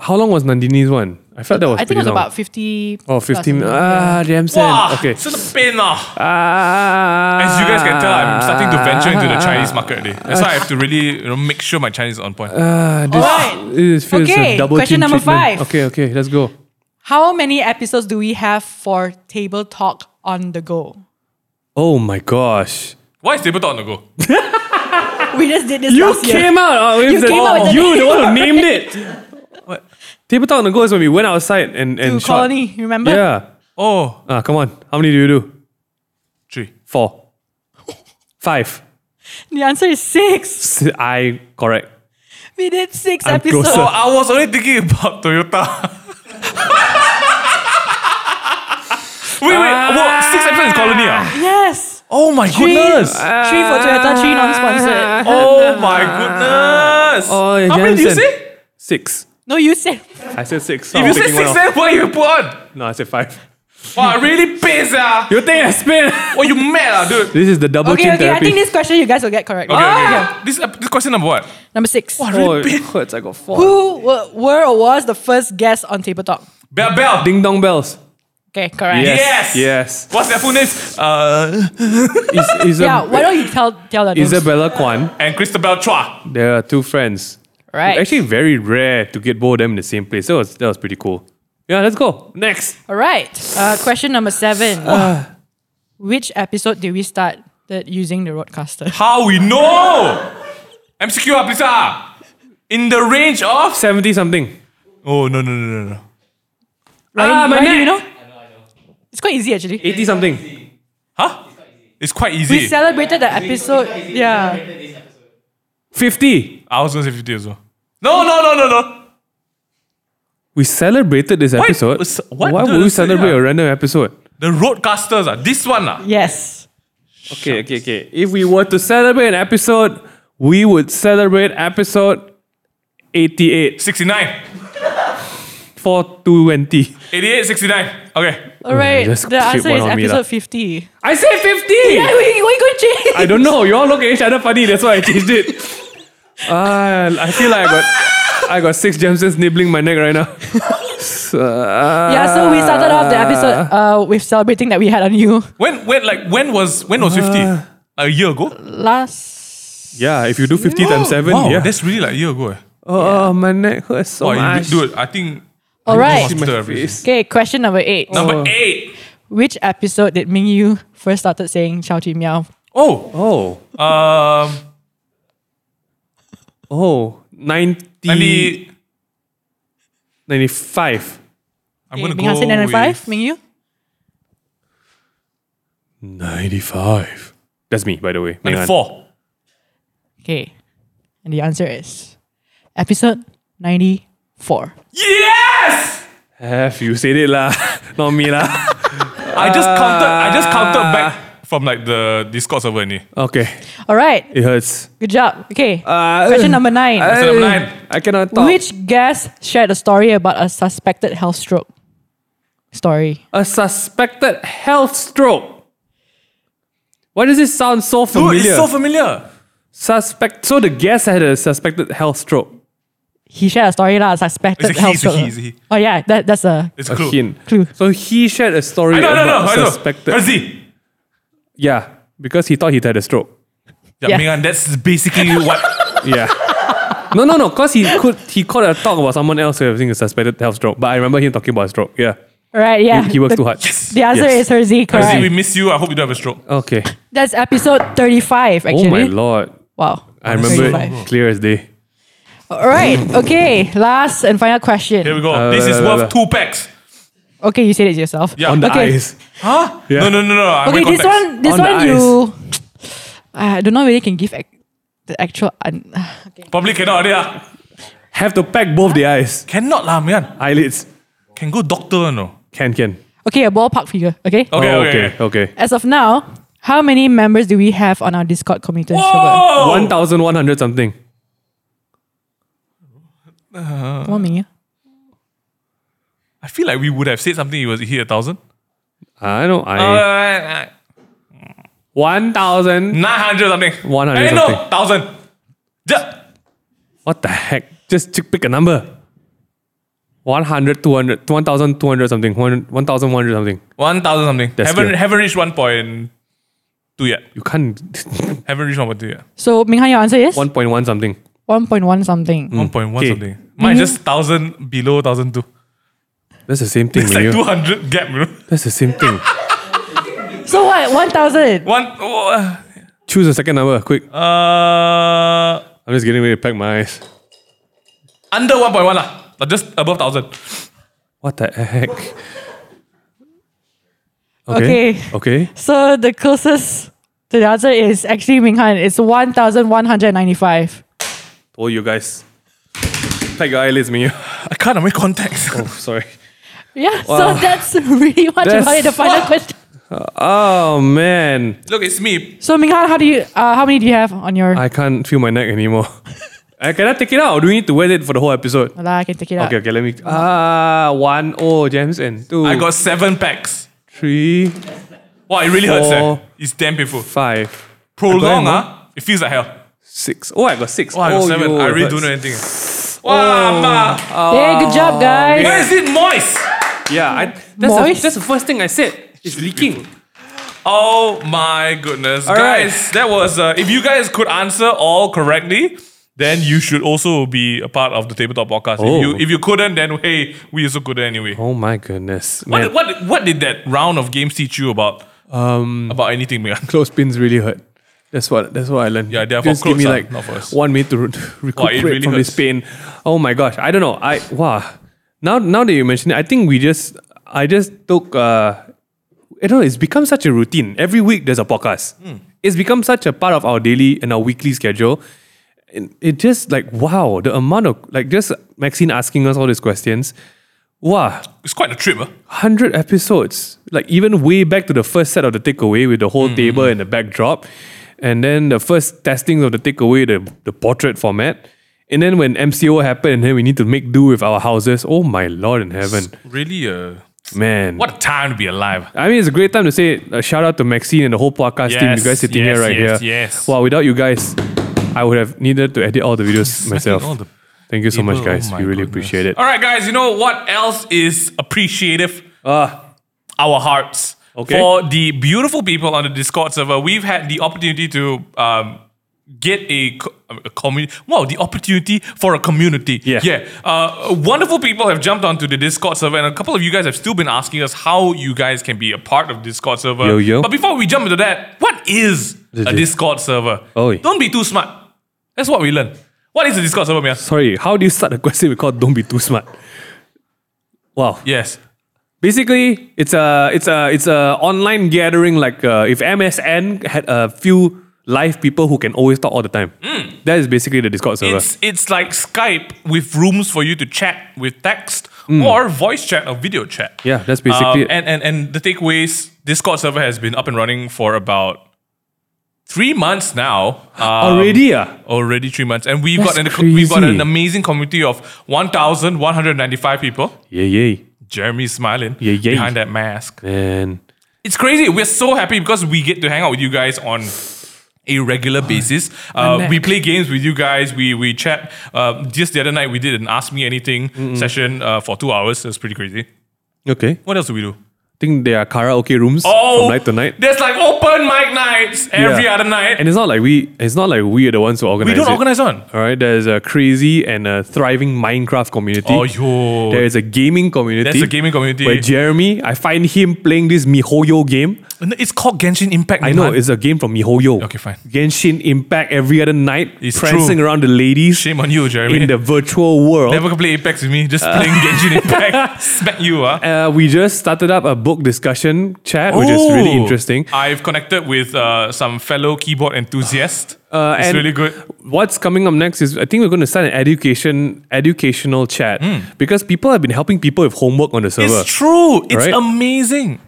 How long was Nandini's one? I felt that was
I think
pretty
it was
long.
about 50.
Oh, 15
plus.
Ah, Jameson.
Wow,
Okay.
So the pain lah.
Ah.
As you guys can tell, I'm starting to venture into the Chinese market. Already. That's why I have to really you know, make sure my Chinese is on point.
Ah, this,
Alright.
this feels
Okay,
a double
question
chin
number
treatment.
five.
Okay, okay, let's go.
How many episodes do we have for Table Talk on the go?
Oh my gosh.
Why is tabletop on the go?
Ah.
We just did this
You
last year.
came out uh, with
You
the,
came out with the
you the
name
one who named
<laughs>
it. What? Table talk on the go is when we went outside and
to
and shot.
Colony, remember?
Yeah.
Oh,
Ah, come on. How many do you do?
three.
Four. Five.
The answer is six.
S- I correct.
We did 6
I'm
episodes.
closer.
Oh, I was only thinking about Toyota. <laughs> wait, wait. Whoa, six episodes in colony. Ah.
Yes.
Oh my
Three,
goodness.
three for Toyota, three non-sponsored.
Uh,
Oh my goodness.
Oh, yeah,
How many do you
Jensen.
say?
Six.
No, you said
I said six. so
If
I'm
you say
taking
six,
one
then
off.
what you put on?
no, I said five.
Wow, really pays ah.
You think I spin? <laughs>
What you mad ah, dude?
this is the double
okay,
chin
okay. I
therapy.
think this question you guys will get correct.
Okay, okay,
Ah!
okay. This, ep- this question number what?
Number six.
oh, it <laughs> hurts. I got four.
Who were, were or was the first guest on Table Talk?
Bell Bell.
Ding dong bells.
Okay, correct.
Yes.
Yes.
What's their full names? Uh,
Is, is
Yeah, why don't you tell tell the names?
Isabella Kwan.
and Christabel Chua.
There are two friends.
Right.
Actually, very rare to get both of them in the same place. That was that was pretty cool. Yeah, let's go. Next.
All right. Uh, question number seven.
Ah.
Which episode did we start that using the roadcaster?
Ah,
How we know? MCQ ah, please ah. In the range of.
Seventy something.
Oh no no no no no.
Ryan,
Ah, my
Ryan, do
neck.
you know? It's quite easy actually.
Eighty something.
Huh? It's quite
we
easy.
celebrated the episode. Yeah.
Fifty.
I was gonna say fifty as well. No no no no no.
We celebrated this episode.
Was- what?
Why
No,
would we
that's-
celebrate
yeah.
a random episode?
The roadcasters ah. This one ah.
Yes.
Okay, okay, okay. If we were to celebrate an episode, we would celebrate episode 88
69.
420.
88, 69. Okay.
All right.
Oh, just
The
keep
answer
one
is
on me lah.
episode 50.
I said 50!
Yeah, we, we could change.
<laughs> I don't know. You all look at each other funny. That's why I changed it. <laughs> Ah, I feel like I got, I got six Jamesons nibbling my neck right now.
yeah, so we started off the
Ah.
episode uh, with celebrating that we had a new
When when like when was when was fifty? a year ago?
last.
Yeah, if you do 50 times 7,
wow,
yeah.
that's really like a year ago. eh.
Oh, my neck hurts so
Wow, you
much.
did- dude, I think
All right.
See my face.
Okay, question number eight.
number eight.
Which episode did Ming Yu first started saying "Chao Chi Miao"?
Oh,
Oh,
um,
oh,
E.
90,
ninety.
95.
I'm gonna
Ming Han
go
said 95,
with
Ming Yu?
95. That's me, by the way. Hang on.
ninety-four.
Okay. And the answer is episode 94.
Yes.
Have you said it lah? <laughs> Not me lah.
I just counted. I just counted back from like the Discord server. Ni.
okay,
All right.
it hurts.
Good job. Okay.
Uh,
question number nine.
Question number nine.
I cannot talk.
Which guest shared a story about a suspected health stroke? Story.
A suspected health stroke. Why does this sound so
Dude,
familiar?
it's so familiar.
Suspect. So the guest had a suspected health stroke.
He shared a story about a suspected
It's a he,
health
it's a
stroke.
he, it's a he.
Oh yeah, that, that's a
It's a
A
clue.
hint.
Clue.
So he shared a story
I know, I know,
about
I know.
suspected.
Percy.
Yeah, because he thought he had a stroke.
Yeah,
Yeah.
Ming Han, that's basically what.
Yeah. no, no, no. Cause he could he caught a talk about someone else having a suspected health stroke. But I remember him talking about a stroke. Yeah.
right. Yeah,
He works
the,
too hard.
The answer is
Yes.
Herzi, correct?
Percy, we miss you. I hope you don't have a stroke.
Okay.
That's episode 35, actually.
Oh my lord.
Wow.
I remember it
35.
clear as day.
All
<laughs>
right. Okay. Last and final
Here we
question.
go. this is
Uh, la, la,
worth two packs.
Okay, you said it yourself.
Yeah. Ah,
On the
Okay.
eyes.
Huh?
Yeah.
No, no, no, no. I'm
Okay,
wearing
this
contacts.
one, this
On the
one you. I do not really can give ac- the actual. Un-
Probably cannot. Yeah.
Have to pack both the eyes.
Cannot lah, Ming Han.
Eyelids.
Can go doctor, no.
Can can.
okay, a ballpark figure. Okay.
Okay,
Oh,
okay,
okay. okay.
As of now, how many members do we have on our Discord community server?
Whoa!
One thousand one hundred something.
Come on, Ming.
I feel like we would have said something. It was hit a thousand.
I know.
Uh,
I one thousand.
Nine hundred something.
100
Eh, no,
something.
thousand. Just
What the heck? Just ch- pick a number. 100, 200, 1,200 something, 100 1,100 something.
one thousand something.
That's
haven't
good.
haven't reached one point two yet.
You can't. <laughs>
Haven't reached one point two yet.
So, Ming Han, your answer is
1.1 something.
1.1 something.
One point one
Mm. Okay. Mm-hmm.
something. Mine is just thousand below thousand two. <laughs>
That's the same thing,
It's like
Mayu.
two hundred gap, you know. <laughs>
That's the same thing.
So, what? 1,000?
One oh,
Choose a second number, quick.
uh
I'm just getting ready to pack my eyes.
under one point one lah. Or Just above thousand.
What the heck?
Okay.
Okay.
So, the closest to the answer is actually Ming Han. It's 1,195.
All you guys. Pack your eyelids, Mayu. <laughs>
I can't make contacts.
Oh, sorry.
Yeah, so that's really much
That's-
about it. The final
Wow.
question.
Oh, man.
<laughs> Look, it's me.
So, Ming Han, how do you? Uh, how many do you have on your?
I can't feel my neck anymore. <laughs> I cannot take it out. Do we need to wear it for the whole episode?
Well, I can take it out.
Okay, okay, let me. Ah, one. Oh, James and two.
I got seven packs.
three,
Wow, it really hurts. eh.
Four.
It's damn painful.
five,
Prolong,
more.
ah. It feels like hell.
six. Oh, I got six.
Wow, I got
oh,
seven.
yo,
I really
it
don't know
hurts.
anything. Oh. Wow, ma.
Hey, good
Uh,
job, guys.
Why is it moist?
Yeah, I, that's,
Moist?
The, that's the first thing I said. It's leaking.
Oh my goodness,
right.
guys! That was uh, if you guys could answer all correctly, then you should also be a part of the tabletop podcast.
Oh.
If you if you couldn't, then hey, we also couldn't anyway.
Oh my goodness, man.
What, what what did that round of games teach you about um about anything, man?
Close pins really hurt. That's what that's what I learned.
Yeah, they are for
Just give
clothes,
me
ah,
like
not for us.
one minute to re- recuperate
really
from this
hurts.
pain. Oh my gosh, I don't know. I wow. Now now that you mention it, I think we just I just took. Uh, I don't know. It's become such a routine. Every week there's a podcast.
Hmm.
It's become such a part of our daily and our weekly schedule. And it just like wow, the amount of like just Maxine asking us all these questions. Wow,
It's quite a trip, huh?
100 episodes. Like, even way back to the first set of the takeaway with the
Mm-hmm.
whole table and the backdrop. And then the first testing of the takeaway, the, the portrait format. And then when MCO happened, and then we need to make do with our houses. Oh my lord in heaven.
Really, uh,
Man.
what a time to be alive.
I mean, it's a great time to say a shout out to Maxine and the whole podcast team. You
Yes,
guys sitting
yes,
here right
yes,
here.
yes.
Wow, without you guys, I would have needed to edit all the videos
Smacking
myself.
all the
Thank you so much,
People, oh
guys.
my
we really
goodness.
appreciate it.
All right, guys, you know what else is appreciative?
Ah.
Our hearts.
Okay.
For the beautiful people on the Discord server, we've had the opportunity to um, get a, co- a community. Wow, the opportunity for a community.
Yeah.
Yeah. Uh, wonderful people have jumped onto the Discord server, and a couple of you guys have still been asking us how you guys can be a part of Discord server.
Yo, yo.
But before we jump into that, what is
The
a
dis-
Discord server?
Oi.
Don't be too smart. That's what we learned. What is a Discord server, Mia?
Sorry, how do you start a question with called Don't Be Too Smart? Wow.
Yes.
Basically, it's a it's a it's a online gathering like uh, if MSN had a few live people who can always talk all the time. That is basically the Discord server.
Hmm. It's it's like Skype with rooms for you to chat with text or voice chat or video chat.
Hmm. yeah, that's basically
Um, and, and and the takeaways, Discord server has been up and running for about three months now. Um,
already ah.
Already three months. And we've
That's
got an we've got an
crazy.
amazing community of one thousand one hundred and ninety-five people.
Yeah, yeah.
Jeremy's smiling
Yeah, yeah.
behind that mask.
And
It's crazy. We're so happy because we get to hang out with you guys on a regular basis. Uh, we play games with you guys. We we chat. Uh, just the other night, we did an Ask Me Anything session uh, for two hours. That's pretty crazy.
okay.
What else do we do?
think there are karaoke rooms
Oh!
from night to night.
There's like open mic nights every
Yeah.
other night.
And it's not like we it's not like we are the ones who
we
organize
don't
it.
organize one.
All right, there's a crazy and a thriving Minecraft community.
Oh, yo.
There is a gaming community.
There's a gaming community.
Where Jeremy, I find him playing this MiHoYo game.
No, It's called Genshin Impact.
I know it's a game from MiHoYo.
Okay, fine.
Genshin Impact every other night,
It's
prancing
true.
around the ladies
Shame on you, Jeremy.
in the Uh. virtual world.
Never can play Apex with me. Just playing
<laughs>
Genshin Impact. Smack you, huh?
Uh, we just started up a book discussion chat, which is really
Ooh.
interesting.
I've connected with uh, some fellow keyboard enthusiasts.
Uh,
it's
and
really good.
What's coming up next is I think we're going to start an education educational chat because people have been helping people with homework on the server.
Hmm. It's true. It's
Right?
amazing.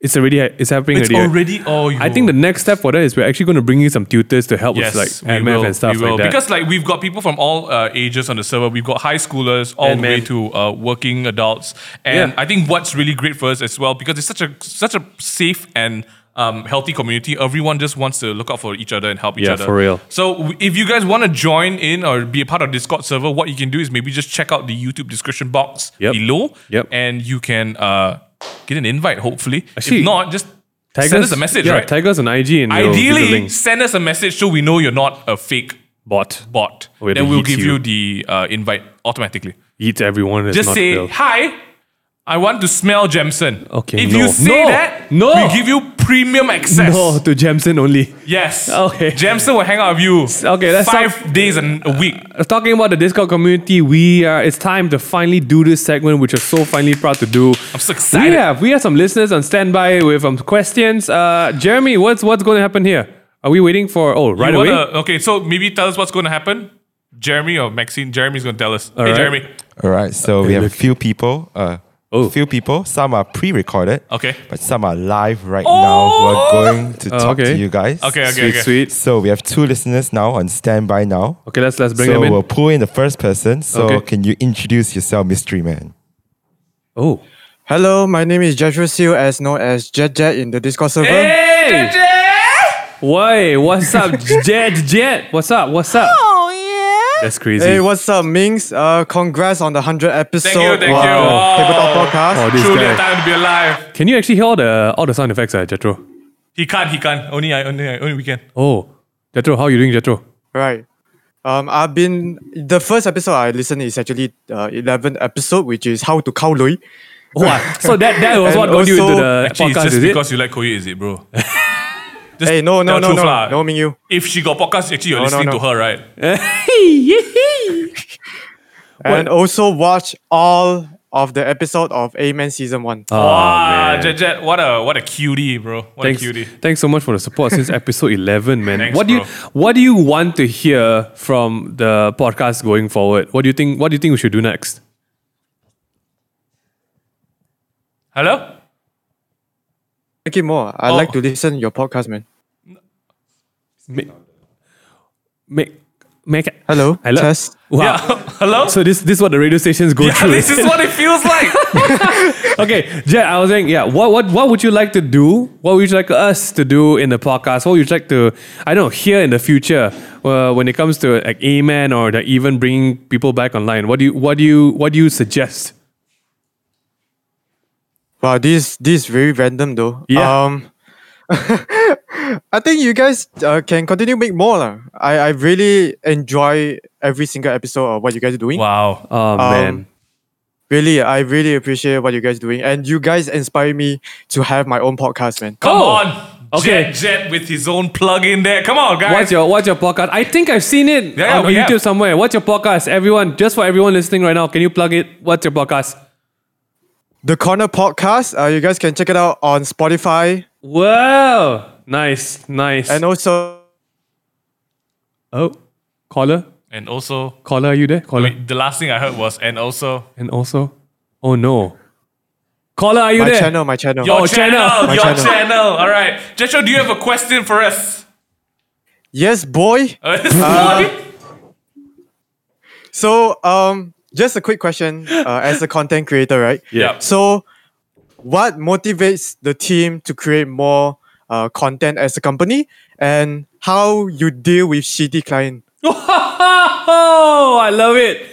It's already it's happening
It's
already.
already oh.
I think the next step for that is we're actually going to bring in some tutors to help
yes,
with
we
like MF
will,
and stuff
we will.
like that.
Because like we've got people from all uh, ages on the server. We've got high schoolers all
And
the way
men.
to uh, working adults. And
Yeah.
I think what's really great for us as well because it's such a such a safe and um, healthy community. Everyone just wants to look out for each other and help each
Yeah,
other.
for real.
So w- if you guys want to join in or be a part of Discord server, what you can do is maybe just check out the YouTube description box
Yep.
below.
Yep.
And you can uh, get an invite. Hopefully,
Actually,
if not, just
Tag
send us a message.
yeah,
right?
Tag us on IG and we'll give the
Ideally,
link.
send us a message so we know you're not a fake
bot
bot.
Where
then
they
we'll give
hit
you,
you.
the uh, invite automatically.
eat everyone. that's
Just
not
say,
real.
Hi, I want to smell Jemson.
Okay,
If
no.
you say
No!
that,
No!
we give you premium access.
no to Jamson only.
Yes.
Okay.
Jemson will hang out with you
Okay, that's
five days an- a week.
Talking about the Discord community, we are. It's time to finally do this segment, which I'm so finally proud to do.
I'm so excited.
We have we have some listeners on standby with um, questions. Uh, Jeremy, what's what's going to happen here? Are we waiting for? Oh, right
You
away.
wanna- okay, so maybe tell us what's going to happen. Jeremy or Maxine, Jeremy's going to tell us. hey,
right.
Jeremy.
All right, so we have a few people. Uh,
Oh.
few people. Some are pre-recorded.
Okay.
But some are live right
Oh!
now. We're going to talk
okay.
to you guys.
Okay, okay,
sweet,
okay.
sweet.
So we have two listeners now on standby now.
Okay, let's let's bring
so uh,
them in.
we'll pull in the first person. So
Okay.
can you introduce yourself, mystery man?
Oh,
Hello, my name is Joshua Seal, as known as Jet Jet in the Discord server.
hey,
Hey!
why? What's up, <laughs> Jet? Jet, what's up? What's up? Oh yeah. That's crazy.
Hey, what's up, Mings? Uh, congrats on the 100 episode.
Thank you, thank
of
you.
wow.
Tabletop
Oh,
Podcast.
oh, this
truly a
guy.
time to be alive.
Can you actually hear all the all the sound effects, uh, Jetro?
He can't, he can't. Only I, only I, only we can.
Oh, Jetro, how you doing, Jetro?
Right. Um, I've been the first episode I listened is actually uh, 11 episode, which is how to cow Lui.
Wow.
<laughs>
so that that was
And
what got you into
also-
the
Actually,
podcast,
it's
is
just
it?
because you like Koyu, is it,
<laughs>
bro? Just
Hey, no, no,
tell
no,
truth
no,
lah.
no, Mingyu.
If she got podcast, actually, you're
No, no,
listening
no.
to her, right?
And also watch all of the episode of Amen season one.
Oh,
Ah,
man.
Jet Jet, what a what a cutie, bro. What
Thanks,
a cutie.
thanks so much for the
<laughs>
support since episode eleven, man.
Thanks,
what do you
bro.
What do you want to hear from the podcast going forward? What do you think? What do you think we should do next?
Hello? <laughs>
Thank you more. I
Oh.
like to listen your podcast, man.
Make, make, make it.
Hello,
Hello.
test.
Wow.
Yeah. Hello?
<laughs> So this this is what the radio stations go
yeah,
through.
<laughs> this is what it feels
<laughs>
like.
okay, Jet. I was saying, yeah. What what what would you like to do? What would you like us to do in the podcast? What would you like to, I don't know, hear in the future uh, when it comes to like Amen or the, even bringing people back online? What do you what do you what do you suggest?
Wow, this this is very random though.
Yeah.
Um, <laughs> I think you guys uh, can continue make more lah. I I really enjoy every single episode of what you guys are doing. Um,
wow.
Oh man.
Really, I really appreciate what you guys are doing, and you guys inspire me to have my own podcast, man.
Come
Oh.
on.
Okay.
Jet, Jet with his own plug in there. Come on, guys.
What's your what's your podcast? I think I've seen it
Yeah,
on
we
YouTube
have.
somewhere. What's your podcast? Everyone, just for everyone listening right now, can you plug it? What's your podcast?
The Corner Podcast. Uh, you guys can check it out on Spotify
Wow. Nice, nice.
and also
oh, caller,
and also,
caller, are you there? Caller.
wait, the last thing I heard was, and also,
And also, oh no. Caller, are you
my
there?
channel. My channel.
your
Oh, channel.
channel.
My
Your channel.
channel.
All right. Jetro, do you have a question for us? <laughs>
Yes, boy.
Uh,
So, um, just a quick question uh, as a content creator, right?
Yeah.
So, what motivates the team to create more uh, content as a company, and how you deal with shitty client?
Oh, <laughs> I love it.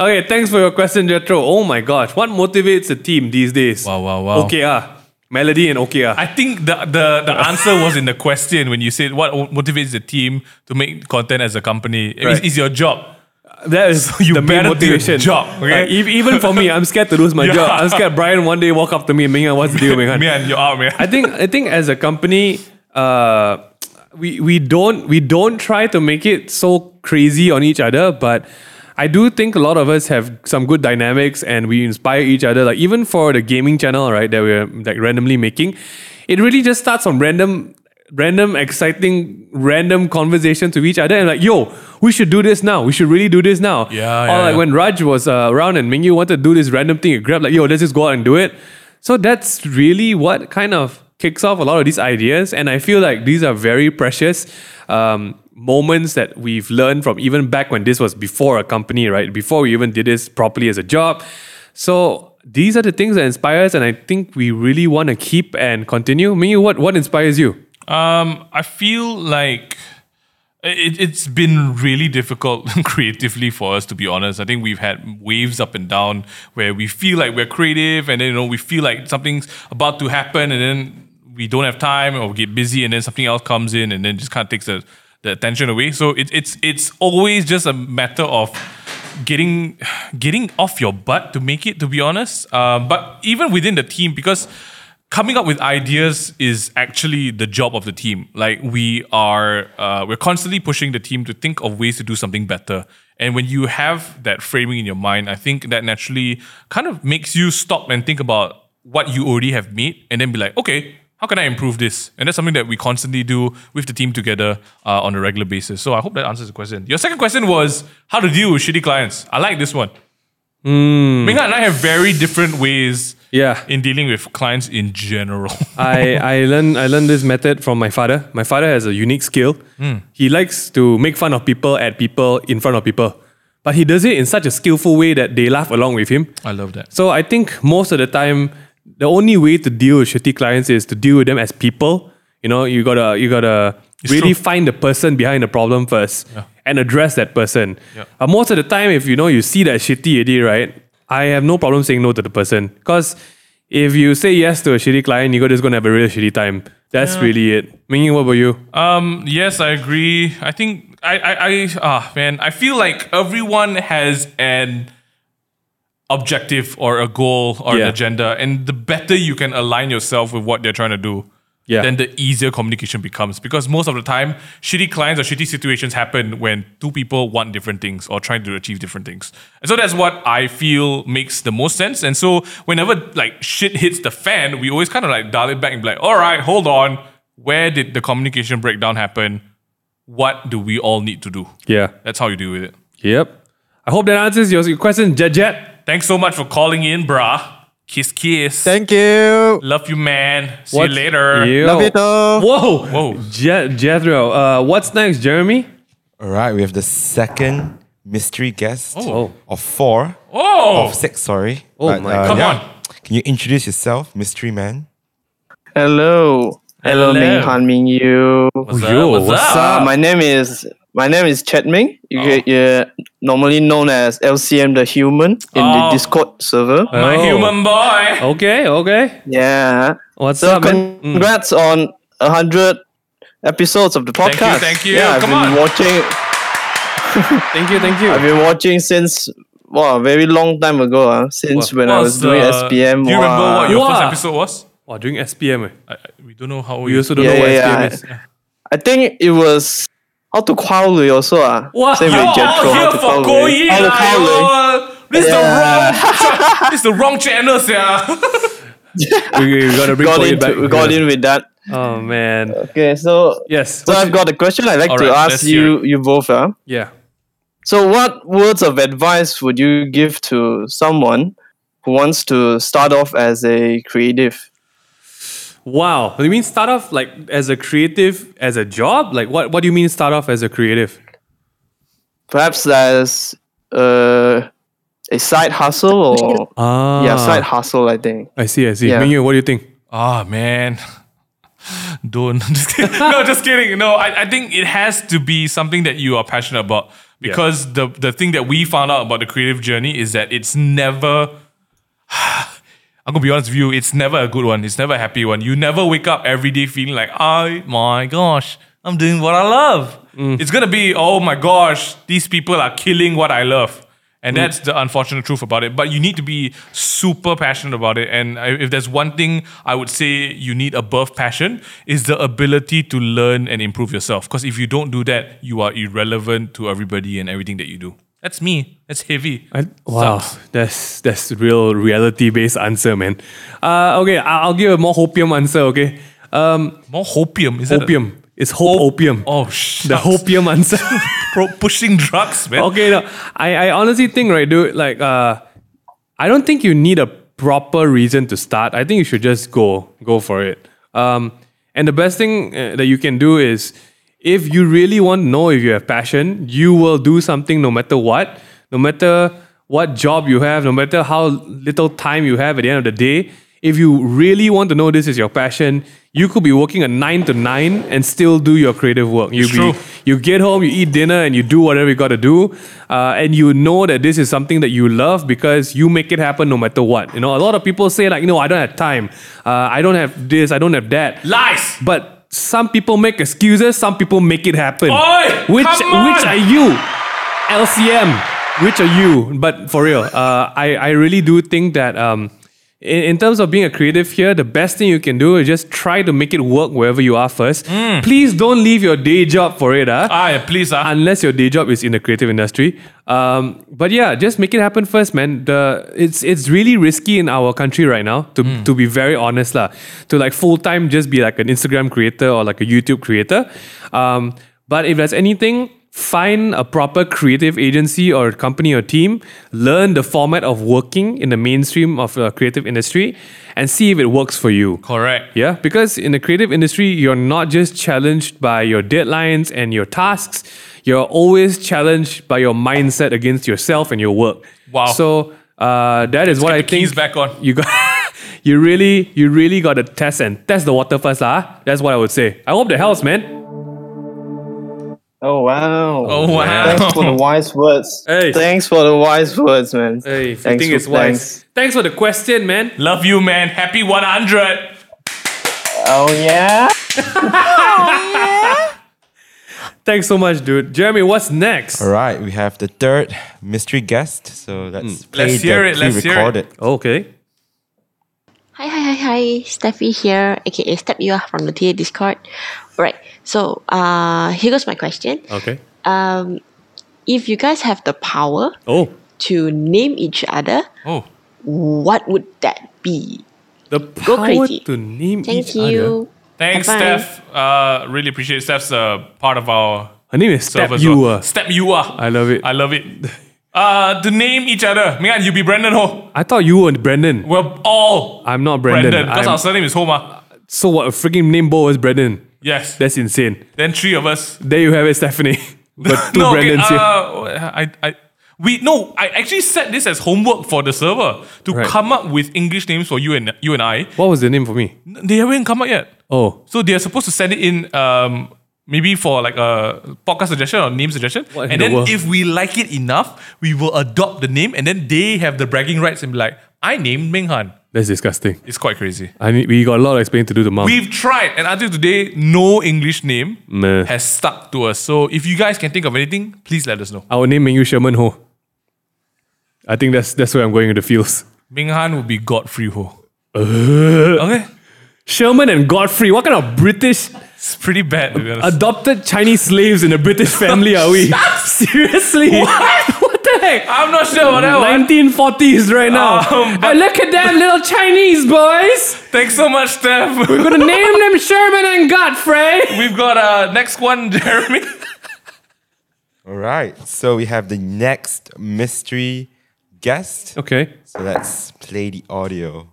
Okay, thanks for your question, Jetro. Oh my gosh, what motivates a team these days?
Wow, wow, wow.
OKR. Melody and ah. OKR.
I think the, the, the answer was in the question when you said what motivates the team to make content as a company. It is
Right.
It's, your job.
That is
<laughs> you
the main
better do your
motivation.
job, okay?
Uh, ev- even for me, I'm scared to lose my
<laughs> Yeah.
job. I'm scared Brian one day walk up to me and Minghan, what's the
<laughs>
deal, Minghan?
Man, you're out, man.
I think I think as a company, uh, we we don't we don't try to make it so crazy on each other, but I do think a lot of us have some good dynamics and we inspire each other. Like even for the gaming channel, right, that we're like randomly making, it really just starts from random random exciting random conversations with each other and like yo we should do this now we should really do this now
Yeah,
or
yeah,
like
yeah.
when Raj was uh, around and Mingyu wanted to do this random thing, you grab like, yo, let's just go out and do it. So that's really what kind of kicks off a lot of these ideas, and I feel like these are very precious um, moments that we've learned from even back when this was before a company, right? Before we even did this properly as a job. So these are the things that inspire us, and I think we really want to keep and continue. Mingyu, what what inspires you?
Um, I feel like it, it's been really difficult <laughs> creatively for us, to be honest. I think we've had waves up and down where we feel like we're creative, and then you know we feel like something's about to happen, and then we don't have time or we get busy, and then something else comes in, and then just kind of takes the, the attention away. So it, it's it's always just a matter of getting <sighs> getting off your butt to make it to be honest um, but even within the team because coming up with ideas is actually the job of the team like we are uh, we're constantly pushing the team to think of ways to do something better and when you have that framing in your mind i think that naturally kind of makes you stop and think about what you already have made and then be like okay how can i improve this and that's something that we constantly do with the team together uh, on a regular basis so i hope that answers the question your second question was how to deal with shitty clients i like this one Minghan and i have very different ways
Yeah.
in dealing with clients in general
I, I learned I learned this method from my father. My father has a unique skill. He likes to make fun of people at people in front of people. But he does it in such a skillful way that they laugh along with him.
<laughs> i love that
So I think most of the time, the only way to deal with shitty clients is to deal with them as people. You know, you gotta you gotta
It's
really
true.
find the person behind the problem first and address that person.
Yeah.
Uh, most of the time, if you know you see that shitty idea, right? I have no problem saying no to the person because if you say yes to a shitty client, you're just gonna have a real shitty time. That's really it. Mingyi, what about you?
Um, yes, I agree. I think I, I, I, ah, man, I feel like everyone has an objective or a goal or
Yeah.
an agenda, and the better you can align yourself with what they're trying to do,
Yeah.
then the easier communication becomes. Because most of the time, shitty clients or shitty situations happen when two people want different things or trying to achieve different things. And so that's what I feel makes the most sense. And so whenever like shit hits the fan, we always kind of like dial it back and be like, all right, hold on. Where did the communication breakdown happen? What do we all need to do?
yeah.
That's how you deal with it.
Yep. I hope that answers your your question, Jet Jet.
Thanks so much for calling in, brah. Kiss, kiss.
Thank you.
Love you, man. See
What's-
you later.
Yo.
Love you too.
Whoa.
Whoa.
Je- Jethro. Uh, what's next, Jeremy?
All right, we have the second mystery guest
Oh.
of four,
Oh,
of six, sorry. uh,
Oh my God.
come
yeah.
on.
Can you introduce yourself, mystery man?
Hello. Hello, Ming Han Ming Yu.
What's
Yo,
up? Oh.
what's
Uh, my name is my name is Chet Ming. You get you're normally known as LCM the Human
Oh.
in
Uh,
the Discord server.
My
Oh.
human boy.
Okay, okay.
yeah.
What's
So
up, man? Mm.
congrats on a hundred episodes of the
you,
podcast.
thank you.
Yeah, I've
Come
been
on.
watching.
Thank you, thank you.
I've been watching since wow, very long time ago. Uh, since when I
What
was doing
the-
SPM.
Do you remember
wow.
what your first
Wah.
episode was?
Wow, doing SPM. Eh.
I, I- we don't know how
We
you-
also don't
Yeah,
know what
yeah,
SPM is.
I think it was how to Kwaului also. Uh.
Wow.
Same
You're
with Jetro.
all
How
here
to
for
Kwaului.
Koyi
How to
lah,
Kwaului.
yo. This is the wrong. cha- this is the wrong channel, yeah.
we, we
<laughs>
gotta bring
got
Koyi
into
back.
we got
Yeah.
in with that.
Oh man.
Okay, so
Yes.
so
What's
I've
your-
got a question I'd like to
Alright,
ask
let's hear
you you both. Uh.
Yeah.
So what words of advice would you give to someone who wants to start off as a creative?
Wow. You mean start off like as a creative as a job? Like what? What do you mean start off as a creative?
Perhaps as uh, a side hustle or
Ah.
yeah, side hustle I think.
I see. I see.
Yeah.
Ming Yu, what do you think?
Ah man. Don't <laughs> just kidding. no, just kidding. No, I, I think it has to be something that you are passionate about. Because the the thing that we found out about the creative journey is that it's never I'm gonna be honest with you, it's never a good one. It's never a happy one. You never wake up every day feeling like, oh my gosh, I'm doing what I love.
Mm.
It's gonna be, oh my gosh, these people are killing what I love. And
Mm.
that's the unfortunate truth about it. But you need to be super passionate about it. And I- if there's one thing I would say you need above passion is the ability to learn and improve yourself. Because if you don't do that, you are irrelevant to everybody and everything that you do. That's me. That's heavy.
I, wow,
Sucks.
that's that's real reality based answer, man. Uh, okay, I- I'll give a more hopium answer. Okay, um,
More hopium, is that a-
opium. It's hope opium.
Oh, shit.
the hopium answer. <laughs>
pro- pushing drugs, <laughs> man.
okay, no, I I honestly think right, dude. Like, uh, I don't think you need a proper reason to start. I think you should just go go for it. Um, and the best thing uh, that you can do is, if you really want to know if you have passion, you will do something no matter what, no matter what job you have, no matter how little time you have at the end of the day. If you really want to know this is your passion, you could be working a nine to nine and still do your creative work. You
It's
be,
true.
you get home, you eat dinner, and you do whatever you got to do. Uh, and you know that this is something that you love because you make it happen no matter what. You know, a lot of people say, like, no, I don't have time. Uh, I don't have this. I don't have that.
Lies.
But some people make excuses, some people make it happen.
Oi,
which,
come on.
which are you? LCM, which are you? But for real, uh, I, I really do think that um, in, in terms of being a creative here, the best thing you can do is just try to make it work wherever you are first.
Mm.
Please don't leave your day job for it. ah
Ah, yeah, please, ah.
unless your day job is in the creative industry. Um, but yeah, just make it happen first, man. The it's it's really risky in our country right now. To to be very honest, lah, to like full time just be like an Instagram creator or like a YouTube creator. Um, but if there's anything. Find a proper creative agency or company or team, learn the format of working in the mainstream of the creative industry, and see if it works for you.
Correct.
Yeah, because in the creative industry, you're not just challenged by your deadlines and your tasks, you're always challenged by your mindset against yourself and your work.
Wow.
So uh, that is what
get
I
the keys
think.
back on.
You got. <laughs> You really, you really got to test and test the water first, lah. ah. That's what I would say. I hope that helps, man.
Oh wow.
Oh wow.
Thanks for the wise words.
Hey.
Thanks for the wise words, man.
Hey, if you
Thanks
think
for-
it's wise.
thanks.
Thanks. for the question, man.
<laughs> Love you, man. Happy 100.
Oh yeah.
Thanks so much, dude. Jeremy, what's next?
All right, we have the third mystery guest. So let's play
Hmm. Let's hear
the
it, let's hear it.
pre-recorded.
Okay.
Hi, hi, hi, hi. Steffi here, aka Step You Are from the TA Discord. Right. So, uh, here goes my question.
Okay.
Um, if you guys have the power
Oh,
to name each other,
Oh.
what would that be?
the power
crazy.
to name
Thank
each other.
you.
Thanks,
Bye-bye.
Steph. Uh, really appreciate it. Steph's uh, part of our
Her name is Step
server. as
Ewer.
well. Step you are.
I love it.
I love it. Uh, to name each other. Mingan, you be Brandon Ho.
I thought you and Brandon.
We're all
I'm not Brandon.
Brandon. Because
I'm-
our surname is Homa.
So what? A freaking name ball is Brendan.
Yes.
That's insane.
then three of us.
<laughs> There you have it, Stephanie. <laughs> But two
no, okay,
Brandons here.
uh, I, I, we no. I actually set this as homework for the server to
Right.
come up with English names for you and you and I.
What was the name for me?
They haven't come up yet.
Oh.
So they are supposed to send it in, um, maybe for like a podcast suggestion or name suggestion.
What in
and
the
then
world?
if we like it enough, we will adopt the name, and then they have the bragging rights and be like, "I named Ming Han."
That's disgusting.
It's quite crazy.
I need, we got a lot of explaining to do to mom.
We've tried, and until today, no English name
Meh.
has stuck to us. So if you guys can think of anything, please let us know.
I would name Mingyu Sherman Ho. I think that's that's where I'm going with the feels.
Ming Han would be Godfrey Ho.
Uh.
okay,
Sherman and Godfrey, what kind of British
it's pretty bad. To be honest.
adopted Chinese slaves in a British family are
<laughs>
we? Seriously? What? <laughs> what the heck?
I'm not sure about that one.
1940s right now.
Um,
I look at them little Chinese boys.
Thanks so much, Steph. <laughs>
We're gonna name them Sherman and Godfrey.
We've got uh, next one, Jeremy. <laughs>
All right. So we have the next mystery guest.
Okay.
So let's play the audio.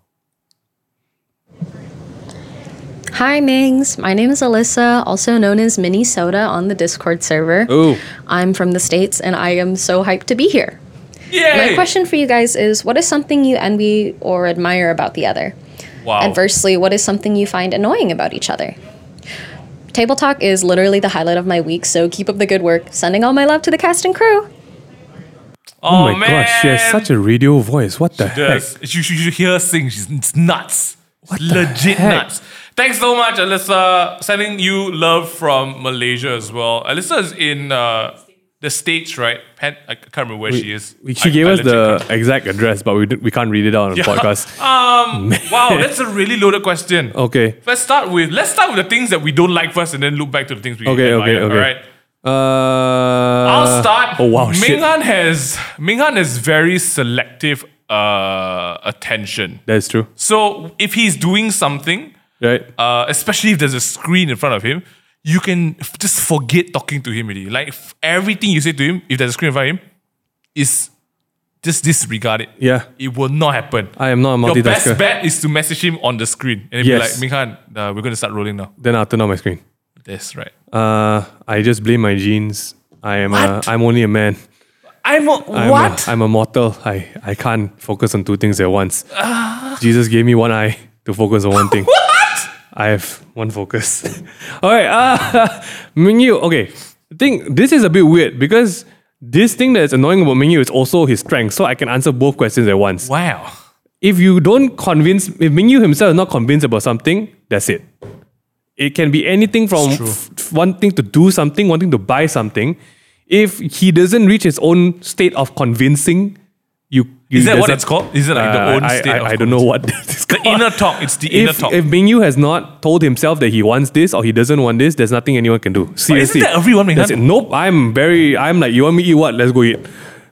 Hi, Mings. My name is Alyssa, also known as Minnesota on the Discord server.
Ooh.
I'm from the States and I am so hyped to be here.
Yay!
My question for you guys is what is something you envy or admire about the other?
Wow.
Adversely, what is something you find annoying about each other? Table Talk is literally the highlight of my week, so keep up the good work. Sending all my love to the cast and crew.
Oh, my gosh, she has such a radio voice. What the heck?
Yes, you should, you should hear her sing. She's it's nuts. Legit
heck?
nuts. Thanks so much, Alyssa. Sending you love from Malaysia as well. Alyssa is in uh, the States, right? Pan- I can't remember where she is.
We- She
I-
gave
I
us
legit can't
the exact address, but we, did, we can't read
<laughs>
it out on the podcast.
Um, wow, that's a really loaded question.
<laughs> Okay.
Let's start with let's start with the things that we don't like first, and then look back to the things we
Okay,
admire,
okay, okay.
All right.
Uh,
I'll start.
Oh wow, shit.
Minghan has Minghan is very selective uh, attention.
That's true,
So if he's doing something,
right?
uh, especially if there's a screen in front of him, you can f- just forget talking to him really. Like f- everything you say to him, if there's a screen in front of him, is just disregard it.
Yeah.
It will not happen.
I am not a
Your best
multitasker.
bet is to message him on the screen and
Yes.
be like, Minghan, uh, we're going to start rolling now.
then I'll turn on my screen.
That's right.
Uh, I just blame my genes. I am a,
What?
I'm only a man.
I'm a,
I'm
what?
A, I'm a mortal. I, I can't focus on two things at once.
Uh.
Jesus gave me one eye to focus on <laughs> one thing.
what?
I have one focus. <laughs> All right, uh, <laughs> Mingyu. Okay, I think this is a bit weird because this thing that's annoying about Mingyu is also his strength. So I can answer both questions at once.
Wow.
if you don't convince, if Mingyu himself is not convinced about something, that's it. It can be anything from f- f- wanting to do something, wanting to buy something. If he doesn't reach his own state of convincing, you, you
Is that what
doesn't-
it's called? Is it like the
Uh,
own
I,
state
I,
of
I don't know what <laughs> it's
The
called.
inner talk. It's the inner
If,
talk.
if Mingyu has not told himself that he wants this or he doesn't want this, there's nothing anyone can do. Seriously,
that everyone, Minghan?
That's it. Nope, I'm very. I'm like, you want me to eat what? Let's go eat.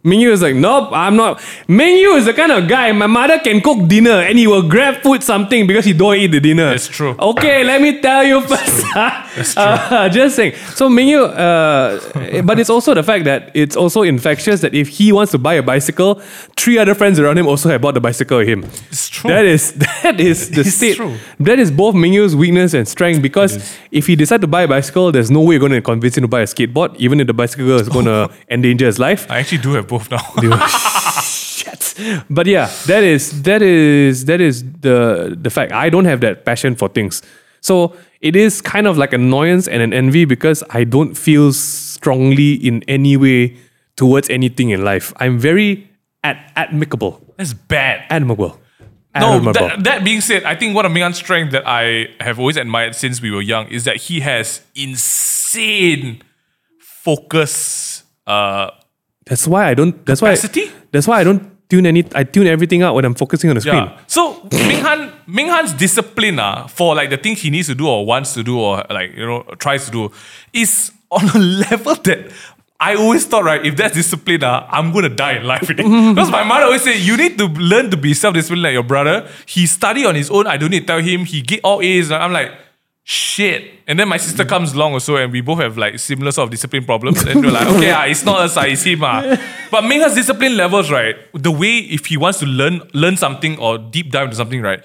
Mingyu is like, nope, I'm not. Mingyu is the kind of guy my mother can cook dinner and he will grab food something because he don't eat the dinner.
It's true.
Okay, let me tell you first. <laughs> That's true. just saying. So Mingyu, uh, but it's also the fact that it's also infectious that if he wants to buy a bicycle, three other friends around him also have bought the bicycle with him.
It's true.
That is <laughs> that is the
It's
state.
true.
That is both Mingyu's weakness and strength because if he decides to buy a bicycle, there's no way you're going to convince him to buy a skateboard, even if the bicycle is going to endanger his life.
I actually do have both
<laughs>
now.
But yeah, that is that is that is the the fact. I don't have that passion for things, so it is kind of like annoyance and an envy because I don't feel strongly in any way towards anything in life. I'm very ad- amicable,
That's bad.
admirable,
No,
admirable.
that, that being said, I think one of Minghan's strengths that I have always admired since we were young is that he has insane focus. Uh,
That's why I don't. That's why.
Capacity?
That's why I don't tune any. I tune everything out when I'm focusing on the screen.
yeah. So Minghan, Minghan's discipline uh, for like the things he needs to do or wants to do or like you know tries to do is on a <laughs> level that I always thought right. If that's discipline, uh, I'm gonna die in life. Because my mother always said you need to learn to be self-disciplined like your brother. He study on his own. I don't need to tell him. He get all A's. And I'm like. shit. And then my sister comes along also, and we both have like similar sort of discipline problems. And we're like, okay, ah, it's not us, ah, it's him. Ah. But Mingha's discipline levels, right? The way if he wants to learn learn something or deep dive into something, right?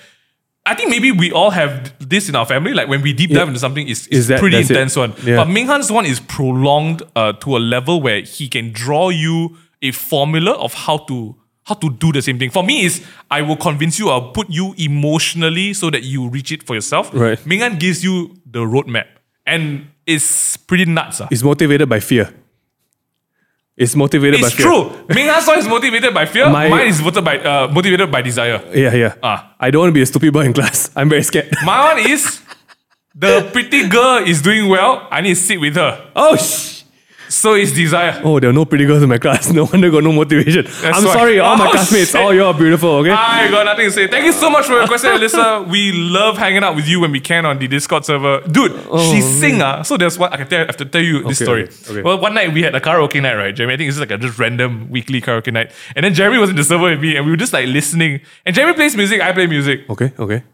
I think maybe we all have this in our family. Like when we deep dive into something, it's, it's
Is that-
pretty
that's it.
intense one.
Yeah.
But Ming Han's one is prolonged uh, to a level where he can draw you a formula of how to how to do the same thing. For me, is I will convince you, I'll put you emotionally so that you reach it for yourself.
Right.
Ming Han gives you the roadmap, and it's pretty nuts. ah.
It's motivated by fear. It's motivated by
It's
fear.
true. Ming Han's one is motivated by fear.
My-
Mine is voted by, uh, motivated by desire.
Yeah, yeah.
Ah.
I don't want to be a stupid boy in class. I'm very scared.
My one is the pretty girl is doing well. I need to sit with her.
<laughs> oh sh.
So it's desire.
Oh, there are no pretty girls in my class. <laughs> No wonder I got no motivation. I'm
why.
sorry, all my
Oh,
classmates.
shit. Uh,
All you are beautiful. Okay.
I got nothing to say. Thank you so much for your question, Alyssa. We love hanging out with you when we can on the Discord server. Dude, she sing, ah. so there's one I can tell I have to tell you this
Oh,
story.
Okay, okay, okay.
Well, one night we had a karaoke night, right, Jeremy? I think it's just like a just random weekly karaoke night. And then Jeremy was in the server with me and we were just like listening. And Jeremy plays music, I play music.
Okay. Okay.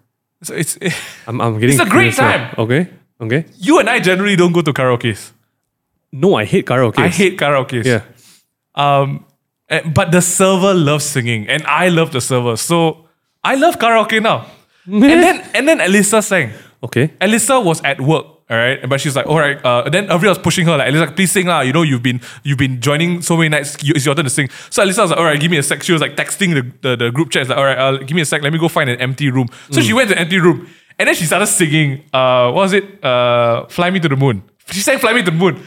So it's <laughs>
I'm, I'm getting.
a great
curious now.
time.
Okay. Okay.
you and I generally don't go to karaoke's.
No, I hate karaoke.
I hate karaoke's.
Yeah.
Um, and- but the server loves singing, and I love the server, so I love karaoke now. and then and then Alyssa sang.
Okay.
Alyssa was at work, all right, but she's like, all right. Uh, then everyone was pushing her like, Alyssa, please sing lah. You know, you've been you've been joining so many nights. You, it's your turn to sing. So Alyssa was like, all right, give me a sec. She was like texting the the, the group chat. It's like, all right, uh, give me a sec. Let me go find an empty room. So she went to an empty room, and then she started singing. Uh, what was it? Uh, Fly me to the moon. She sang Fly me to the moon.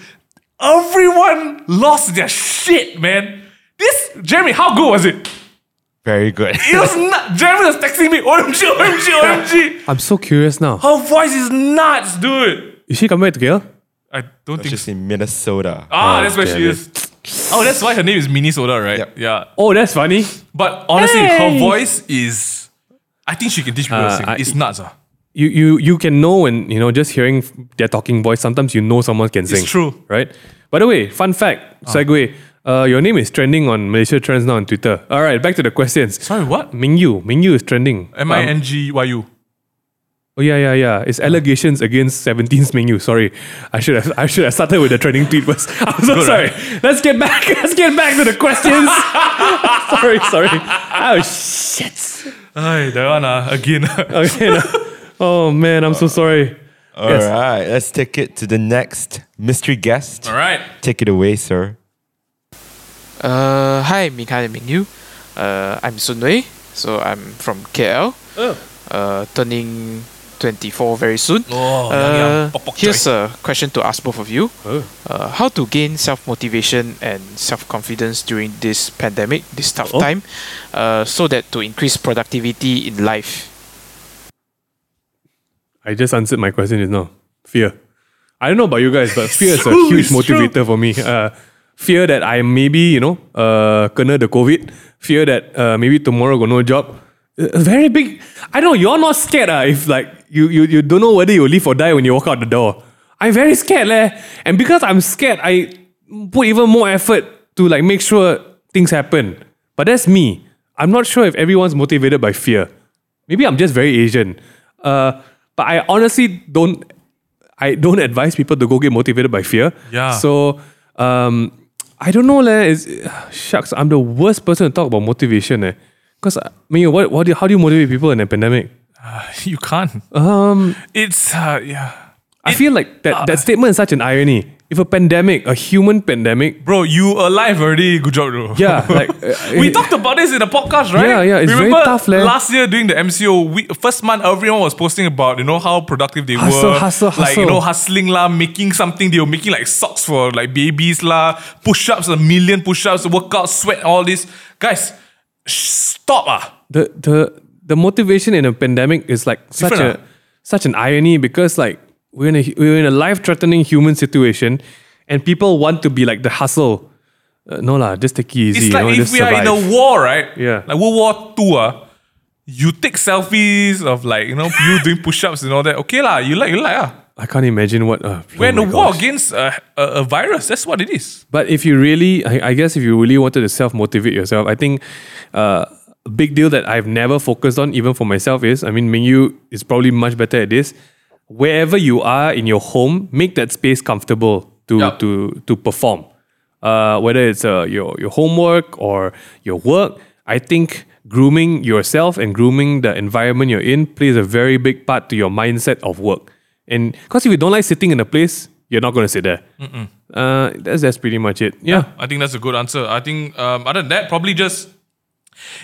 Everyone lost their shit, man. This Jeremy, how good was it? <laughs>
Very good.
It
<laughs>
was not. Jeremy was texting me, <laughs> OMG, OMG, OMG.
I'm so curious now.
Her voice is nuts, dude.
Is she coming back together?
I don't think
She's in Minnesota.
Ah,
Oh,
that's where
damn
she
it.
is. Oh, that's why her name is Minnesota, right?
Yep.
Yeah.
Oh, that's funny.
But honestly,
Hey.
her voice is. I think she can teach people to
Uh,
sing.
I-
it's nuts. ah.
You you you can know when you know just hearing their talking voice. Sometimes you know someone can sing.
true. Ah.
right? By the way, fun fact. Segue. Uh, your name is trending on Malaysia Trends now on Twitter. All right, back to the questions.
Sorry, what?
Mingyu, Mingyu is trending. Um,
M I N G Y U.
Oh yeah, yeah, yeah. It's allegations against 17's Mingyu. Sorry, I should have I should have started with the trending tweet first. <laughs> I'm so sorry. Let's get back. <laughs> Let's get back to the questions. <laughs> sorry, sorry. Oh shit.
Ay, that one ah, again. <laughs>
Okay. no. Oh man, I'm so sorry.
All right, let's take it to the next mystery guest.
All right.
Take it away, sir.
Uh, hi, Mika and Mingyu. Uh, I'm Sun Wei, so I'm from KL. Uh, turning 24 very soon.
Oh, yang, yang,
Uh,
pok, Oh. pok,
here's
choy.
a question to ask both of you. Uh, how to gain self motivation and self confidence during this pandemic, this tough
Oh.
time, uh, so that to increase productivity in life?
I just answered my question just now. Fear. I don't know about you guys, but fear is a
true,
huge
it's
motivator for me. Uh, fear that I maybe, you know, uh, kena the COVID. Fear that uh, maybe tomorrow got no job. Uh, very big. I don't know, you're not scared uh, if like you, you, you don't know whether you'll live or die when you walk out the door. I'm very scared leh. And because I'm scared, I put even more effort to like make sure things happen. But that's me. I'm not sure if everyone's motivated by fear maybe I'm just very Asian. Uh, but I honestly don't I don't advise people to go get motivated by fear.
Yeah.
So um, I don't know leh. Is shucks, I'm the worst person to talk about motivation eh. Because I mean, what, what do, how do you motivate people in a pandemic?
You can't.
Um,
It's uh, yeah.
I feel like
uh,
that, that statement is such an irony. If a pandemic, a human pandemic,
Bro, you alive already. Good job, bro.
yeah, <laughs>
<laughs>
like uh,
we
it-
talked about this in the podcast, right?
Yeah, yeah, it's very
Remember
tough, leh.
Last year during the MCO, we, first month, everyone was posting about you know how productive they
Hustle,
were,
hustle,
like you
hustle.
know hustling lah, making something. They were making like socks for like babies lah, push ups, a million push ups, workout, sweat, all this. Guys, sh- stop ah.
the the the motivation in a pandemic is like such
Different,
a such an irony because like we're in a we're in a life threatening human situation, and people want to be like the hustle. Uh, no lah, just take it easy.
It's
you know,
like if
just
we are in
survive.
a war, right?
Yeah.
like World War Two ah. You take selfies of like you know
<laughs>
you doing push ups and all that. Okay lah, you like you like ah.
I can't imagine what. Uh,
We're in
oh
a
my
war
gosh.
against a, a, a virus. That's what it is.
But if you really, I, I guess, if you really wanted to self motivate yourself, I think uh, a big deal that I've never focused on, even for myself, is I mean, Mingyu is probably much better at this. Wherever you are in your home, make that space comfortable to
Yup.
to to perform. Uh, whether it's uh, your your homework or your work, I think grooming yourself and grooming the environment you're in plays a very big part to your mindset of work. And because if you don't like sitting in a place, you're not going to sit there. Uh, that's that's pretty much it. Yeah.
I think that's a good answer. I think um, other than that, probably just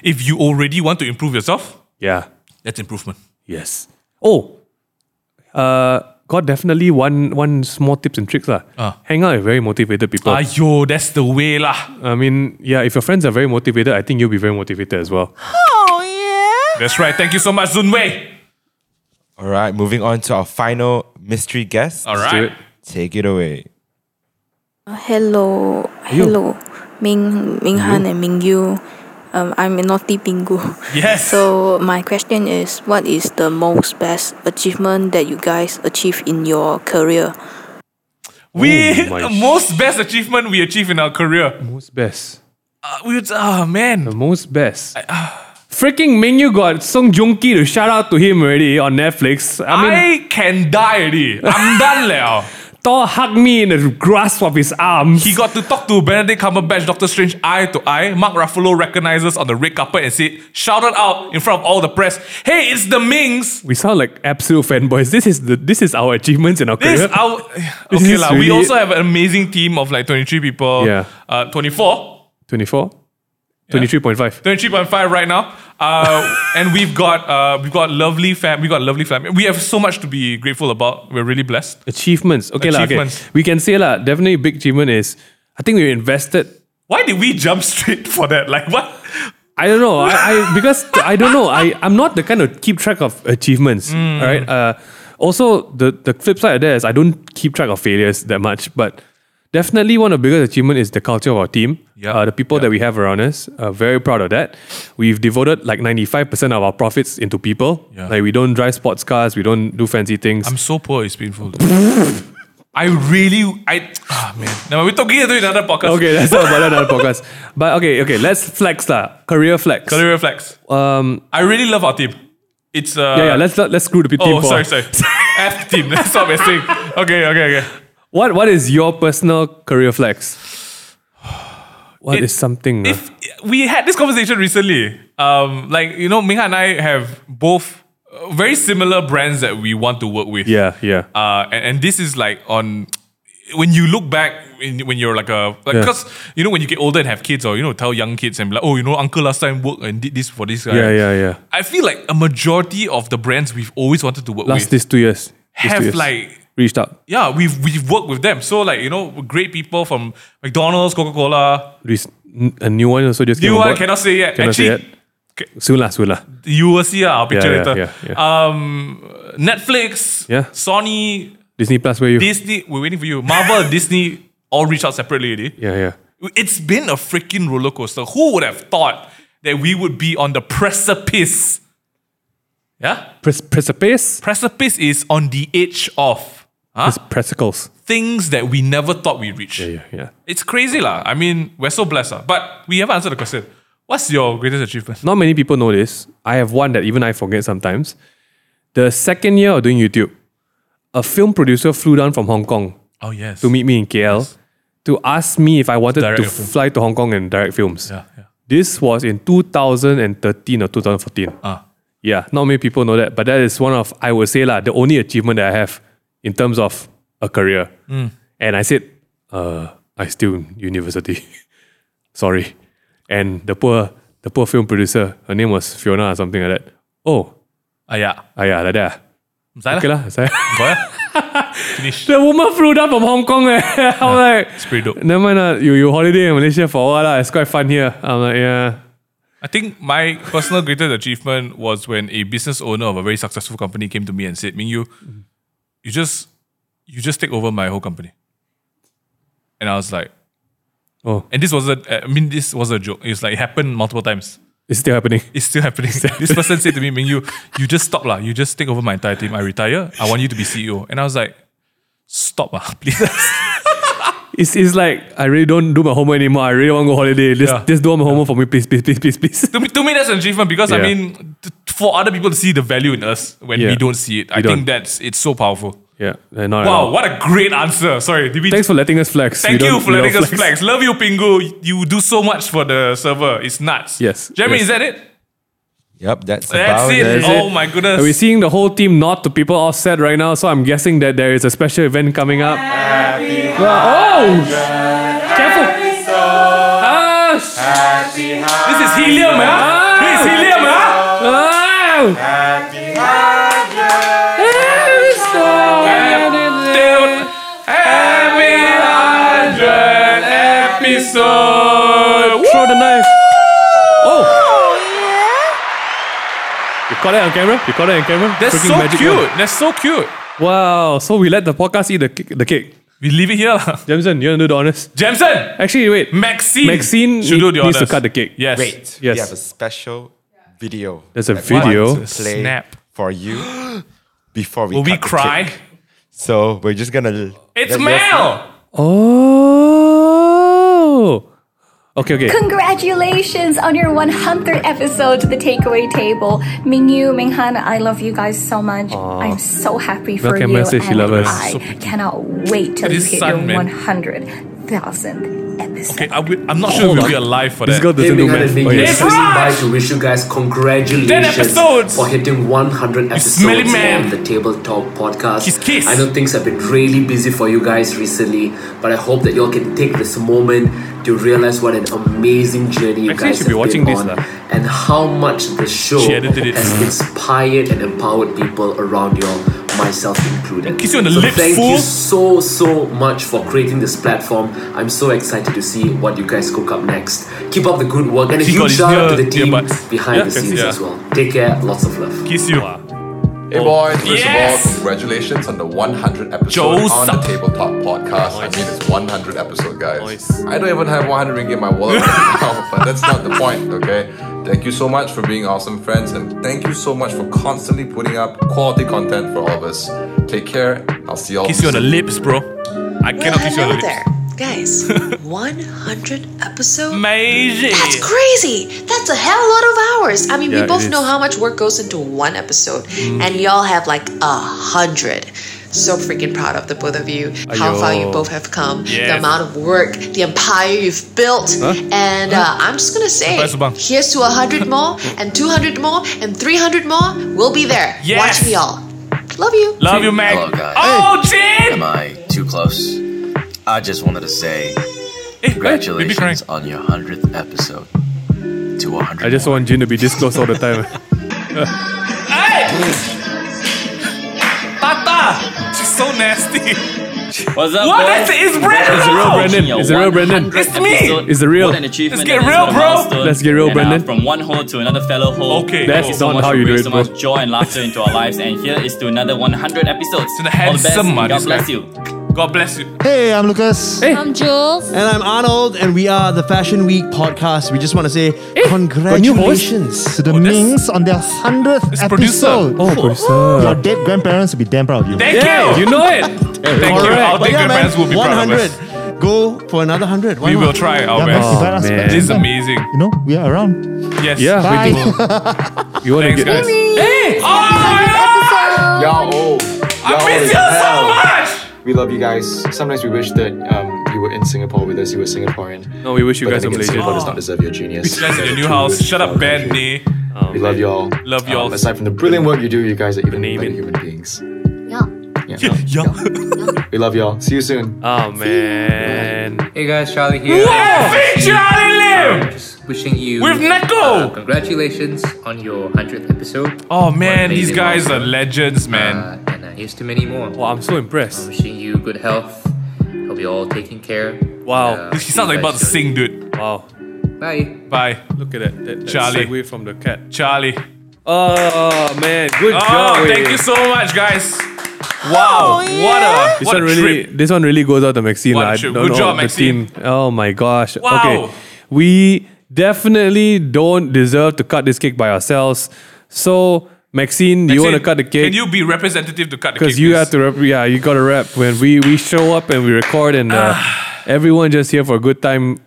if you already want to improve yourself,
Yeah.
that's improvement.
Yes. Oh. Uh, got definitely one one small tips and tricks lah.
Ah.
Hang out with very motivated people. I,
Ayo, that's the way lah.
mean, yeah, if your friends are very motivated, I think you'll be very motivated as well.
That's right. Thank you so much, Zun Wei.
All right, moving on to our final mystery guest.
All
do
right.
it.
Take it away.
Hello, hello, Ming, Minghan, and Mingyu. Um, I'm a naughty Pingu.
Yes.
So
Oh
my question is, what is the most best achievement that you guys achieve in your career?
we
Oh my
<laughs> most best achievement we achieve in our career.
Most best.
Uh, we oh
The
man.
most best.
ah.
Freaking Mingyu got Song Joong Ki to shout out to him already on Netflix. I
I,
mean,
can die already. I'm done now.
Thor hugged me in the grasp of his arms.
He got to talk to Benedict Cumberbatch, Doctor Strange, eye to eye. Mark Ruffalo recognizes on the red carpet and said, shouted out in front of all the press, "Hey, it's the Mings."
we sound like absolute fanboys. This is the this is our achievements in our
This
career.
our
This
okay
is
lah. We
really-
also have an amazing team of like 23 people.
Yeah.
uh, 24.
24? 23.5.
23.5 right now. Uh, <laughs> and we've got uh, we've got lovely fam we got lovely family. We have so much to be grateful about. We're really blessed.
Achievements. Okay, lah. okay.
Achievements.
We can say lah, definitely big achievement is I think we invested.
Why did we <laughs> jump straight for that? Like what?
I don't know. I, I because I don't know. I, I'm not the kind of keep track of achievements.
Mm.
All right. Uh, also the, the flip side of that is I don't keep track of failures that much, but definitely one of the biggest achievement is the culture of our team.
Yeah.
Uh, the people that we have around us. Uh, very proud of that. We've devoted like 95% of our profits into people.
Yeah.
Like we don't drive sports cars, we don't do fancy things.
I'm so poor, it's painful. <laughs> I really I ah man. Now we're talking to another podcast.
Okay, that's not about
<laughs>
another podcast. But okay, okay, let's flex lah. Career flex.
Career reflex.
Um,
I really love our team. It's uh
yeah, yeah. Let's not- let's screw the pe- team.
Oh,
for-
sorry,
<laughs>
sorry. F team. That's what we're saying. Okay, okay, okay.
What what is your personal career flex? What
It-
is something? ah?
if we had this conversation recently, um, like you know, Mingha and I have both uh, very similar brands that we want to work with.
yeah, yeah.
Uh, and, and this is like on when you look back when, when you're like a like
Yeah.
because you know when you get older and have kids or you know tell young kids and be like oh you know uncle last time worked and did this for this guy
yeah, yeah, yeah.
I feel like a majority of the brands we've always wanted to work
Last
with
these two years, these
have
two years,
like
reached out.
yeah we've we've worked with them so like you know great people from McDonald's Coca Cola
Rec- n- a new one also just
new
came
one
aboard.
cannot say yet
Cannot
actually
say yet. Soon lah, soon lah.
you will see uh, our picture
yeah,
later.
yeah, yeah.
Um, Netflix,
Yeah.
Sony,
Disney Plus, where you?
Disney. We're waiting for you. Marvel, <laughs> Disney, all reach out separately. Already.
yeah, yeah.
It's been a freaking roller coaster. Who would have thought that we would be on the precipice? Yeah,
Pres- precipice.
precipice is on the edge of huh?
Pres- Presicles.
things that we never thought we'd reach.
Yeah, yeah, yeah.
It's crazy, lah. I mean, we're so blessed, lah. But we haven't answered the question. What's your greatest achievement?
Not many people know this. I have one that even I forget sometimes. The second year of doing YouTube, a film producer flew down from Hong Kong
Oh yes,
to meet me in KL to ask me if I wanted
direct
to
a film.
fly to Hong Kong and direct films.
Yeah, yeah.
This was in 2013 or 2014.
Ah.
Yeah, not many people know that, but that is one of, I would say, lah, the only achievement that I have in terms of a career.
Mm.
And I said, uh, I still in university. <laughs> Sorry. And the poor, the poor film producer, her name was Fiona or something like that. Oh,
Ah, yeah.
ah, yeah, like that. ah.
Zai lah.
Okay lah, sorry.
Go
<laughs>
ahead. eh? Finish.
The woman flew down from Hong Kong. Eh. <laughs> I'm like,
It's pretty dope.
Never mind, uh, you, you holiday in Malaysia for a while. lah. It's quite fun here. I'm like, yeah.
I think my personal greatest achievement was when a business owner of a very successful company came to me and said, Mingyu, you just you just take over my whole company. And I was like,
Oh,
and this was a I mean this was a joke. It's like it happened multiple times.
it's still happening. <laughs>
It's still <laughs> happening. this person said to me, Mingyu, you just stop lah. You just take over my entire team. I retire. I want you to be CEO. And I was like, stop ah, <laughs> please.
It's, it's like, I really don't do my homework anymore. I really want to go holiday. Just,
Yeah.
just do all my homework for me, please, please, please, please, please.
to me, to me that's an achievement because I
Yeah.
mean t- for other people to see the value in us when
Yeah.
we don't see it. I
We
think
don't.
that's it's so powerful.
<laughs> Yeah, uh, not at
Wow,
all.
what a great answer. Sorry, did we
Thanks for letting us flex.
Thank
We
you
don't-
for
we don't
letting us flex. Love you, Pingu. You do so much for the server. It's nuts.
Yes,
Jeremy,
yes.
is that it?
Yep, that's,
That's
about
it.
it.
Oh my goodness.
We're seeing the whole team nod to people offset right now, so I'm guessing that there is a special event coming up. oh! Careful! Ah, sh-
This is helium, huh?
Ah.
This is helium, huh?
Oh!
Happy hundred episode.
Throw the knife. Oh! You caught it on camera? You caught it on camera?
That's
Freaking
so
magic
cute.
one.
That's so cute.
Wow, so we let the podcast eat the, ki- the cake.
We leave it here, <laughs> lah.
Jameson, you're gonna do the honors.
Jamson.
Actually,
Hmm.
wait.
Maxine.
Maxine
should
need-
do the
needs to
honors.
cut the cake.
Yes.
Wait,
Yes.
we have a special video.
There's a
that we want
video?
to play
Snap.
for
<gasps>
you before we
Will we
cut the
cry?
cake. So we're just gonna.
It's
let you all
Mel.
Oh! Okay, okay.
Congratulations on your 100th episode to the Takeaway Table. Mingyu, Minghan, I love you guys so much.
Aw.
I'm so happy for
Welcome,
you.
Messi, she
and
love us.
I
So
cannot wait till
That
you
is
hit
sun, man.
your 100,000th episode.
Okay, I will, I'm not sure if we'll be alive for
This
that.
girl doesn't do math. Oh, yes.
It's right.
to wish you guys
Ten
congratulations
episodes.
for hitting 100
smelly
episodes
man.
on the Tabletop Podcast.
Kiss, kiss.
I know things have been really busy for you guys recently, but I hope that y'all can take this moment to realize what an amazing journey you
Actually, I
guys
should be
have
watching
been
this
on,
lah.
and how much the show
She edited it.
has inspired and empowered people around y'all, myself included.
Kiss you on the
so
lips,
thank
fool.
you so so much for creating this platform. I'm so excited to see what you guys cook up next. Keep up the good work and a
She got
huge
his
shout out
ear-
to the team
earbuds.
behind
Yeah,
the
can see
scenes
that.
as well. Take care, lots of love.
Kiss you.
Hey boys, first
Oh, Yes!
of all, congratulations on the 100 episode
Joe
on
Suck.
the Tabletop Podcast. I mean, it's 100 episode, guys. I don't even have 100 ringgit in my wallet right <laughs> now, but that's not the point, okay? Thank you so much for being awesome friends, and thank you so much for constantly putting up quality content for all of us. Take care. I'll see y'all.
Kiss you on the lips, bro. I cannot kiss you on the
hello
lips.
there, guys. 100 episodes.
Amazing.
That's crazy. That's a hell lot of hours. I mean,
Yeah,
we
it
both
is.
know how much work goes into one episode,
Mm.
and y'all have like a hundred. So freaking proud of the both of you. How far you
Ayo.
both have come, the
Yes.
amount of work, the empire you've built,
Huh?
and uh, I'm just gonna say,
Sampai Subang.
here's to hundred more, and two hundred more, and three hundred more. We'll be there.
Yes.
Watch me all. Love you.
Love you, Mac.
Hello, guys.
Oh, Jin!
Am I too close? I just wanted to say congratulations on your 100th episode. To 100.
I just want Jin to be this close all the <laughs> time.
Tata. She's so nasty.
What's up,
What?
boys?
That's- it's Brandon!
It's the real Brandon.
Your
It's the real Brandon.
100th
It's me.
episode.
It's the real.
What an achievement.
Let's get
That is
real,
a
bro.
milestone.
Let's get real,
And, uh,
Brandon.
from one hole to another fellow hole.
Okay,
Thank
cool.
you so
That's
much
not how
for
you do
bringing
it,
so
bro.
much joy and laughter into our lives. And here is to another 100 episodes. All the best.
handsome, man,
God
this guy.
bless you.
God bless you.
Hey, I'm Lucas. Hey.
I'm Jules.
And I'm Arnold, and we are the Fashion Week podcast. We just want to say congratulations to the Mings on their 100th
Oh, producer.
episode.
Oh, producer.
Your dead grandparents will be damn proud of you.
Thank you.
You know it.
Thank you. Our
But yeah, man,
dead grandparents will be proud of us.
100. Go for another 100. Why
We will
not?
try our
Yeah, man,
Oh,
invite us
best.
back
This is
sometime.
amazing.
You know, we are around.
Yes.
Yeah,
Bye.
we do. You want
Thanks,
to get
guys.
Hey!
Y'all old. Y'all
I miss
old as
you so
hell.
much.
We love you guys. Sometimes we wish that um, you were in Singapore with us. You were Singaporean.
No, we wish you
But
guys
then
were
again, Singapore does
Malaysian.
not deserve your
You
genius.
guys in your new house. Shut up, bad knee.
we love y'all.
Love
Oh,
y'all.
Um, aside from the brilliant work you do, you guys are even better human beings. Yeah. Yeah. we love y'all. See you soon.
Oh man.
Hey guys, Charlie here.
Whoa! Feature Charlie Lim!
Um, Just wishing you
With Neko!
uh, congratulations on your hundredth episode.
Oh man,
Amazing
these guys
milestone.
are legends, man.
Uh, and uh, here's to many more.
Wow, I'm so impressed.
wishing you good health. Hope you're all taking care.
Wow.
He sounds like about to sing, dude.
Wow.
Bye.
Bye.
Look at that. that, that
Charlie.
segue from the cat.
Charlie.
Oh man, good job.
Oh, thank
eh.
you so much, guys. Wow. What a
This
what a
one really,
trip.
this one really goes out to Maxine.
What a
lah. I
trip.
don't
Good
know
job,
the
Maxine.
team. Oh my gosh.
Wow.
Okay, we definitely don't deserve to cut this cake by ourselves. So Maxine, do you want to cut the
Can
cake?
you be representative to cut the cake?
Because you, have to, rep- yeah, you got to rep. When we we show up and we record, and uh,
Ah.
everyone just here for a good time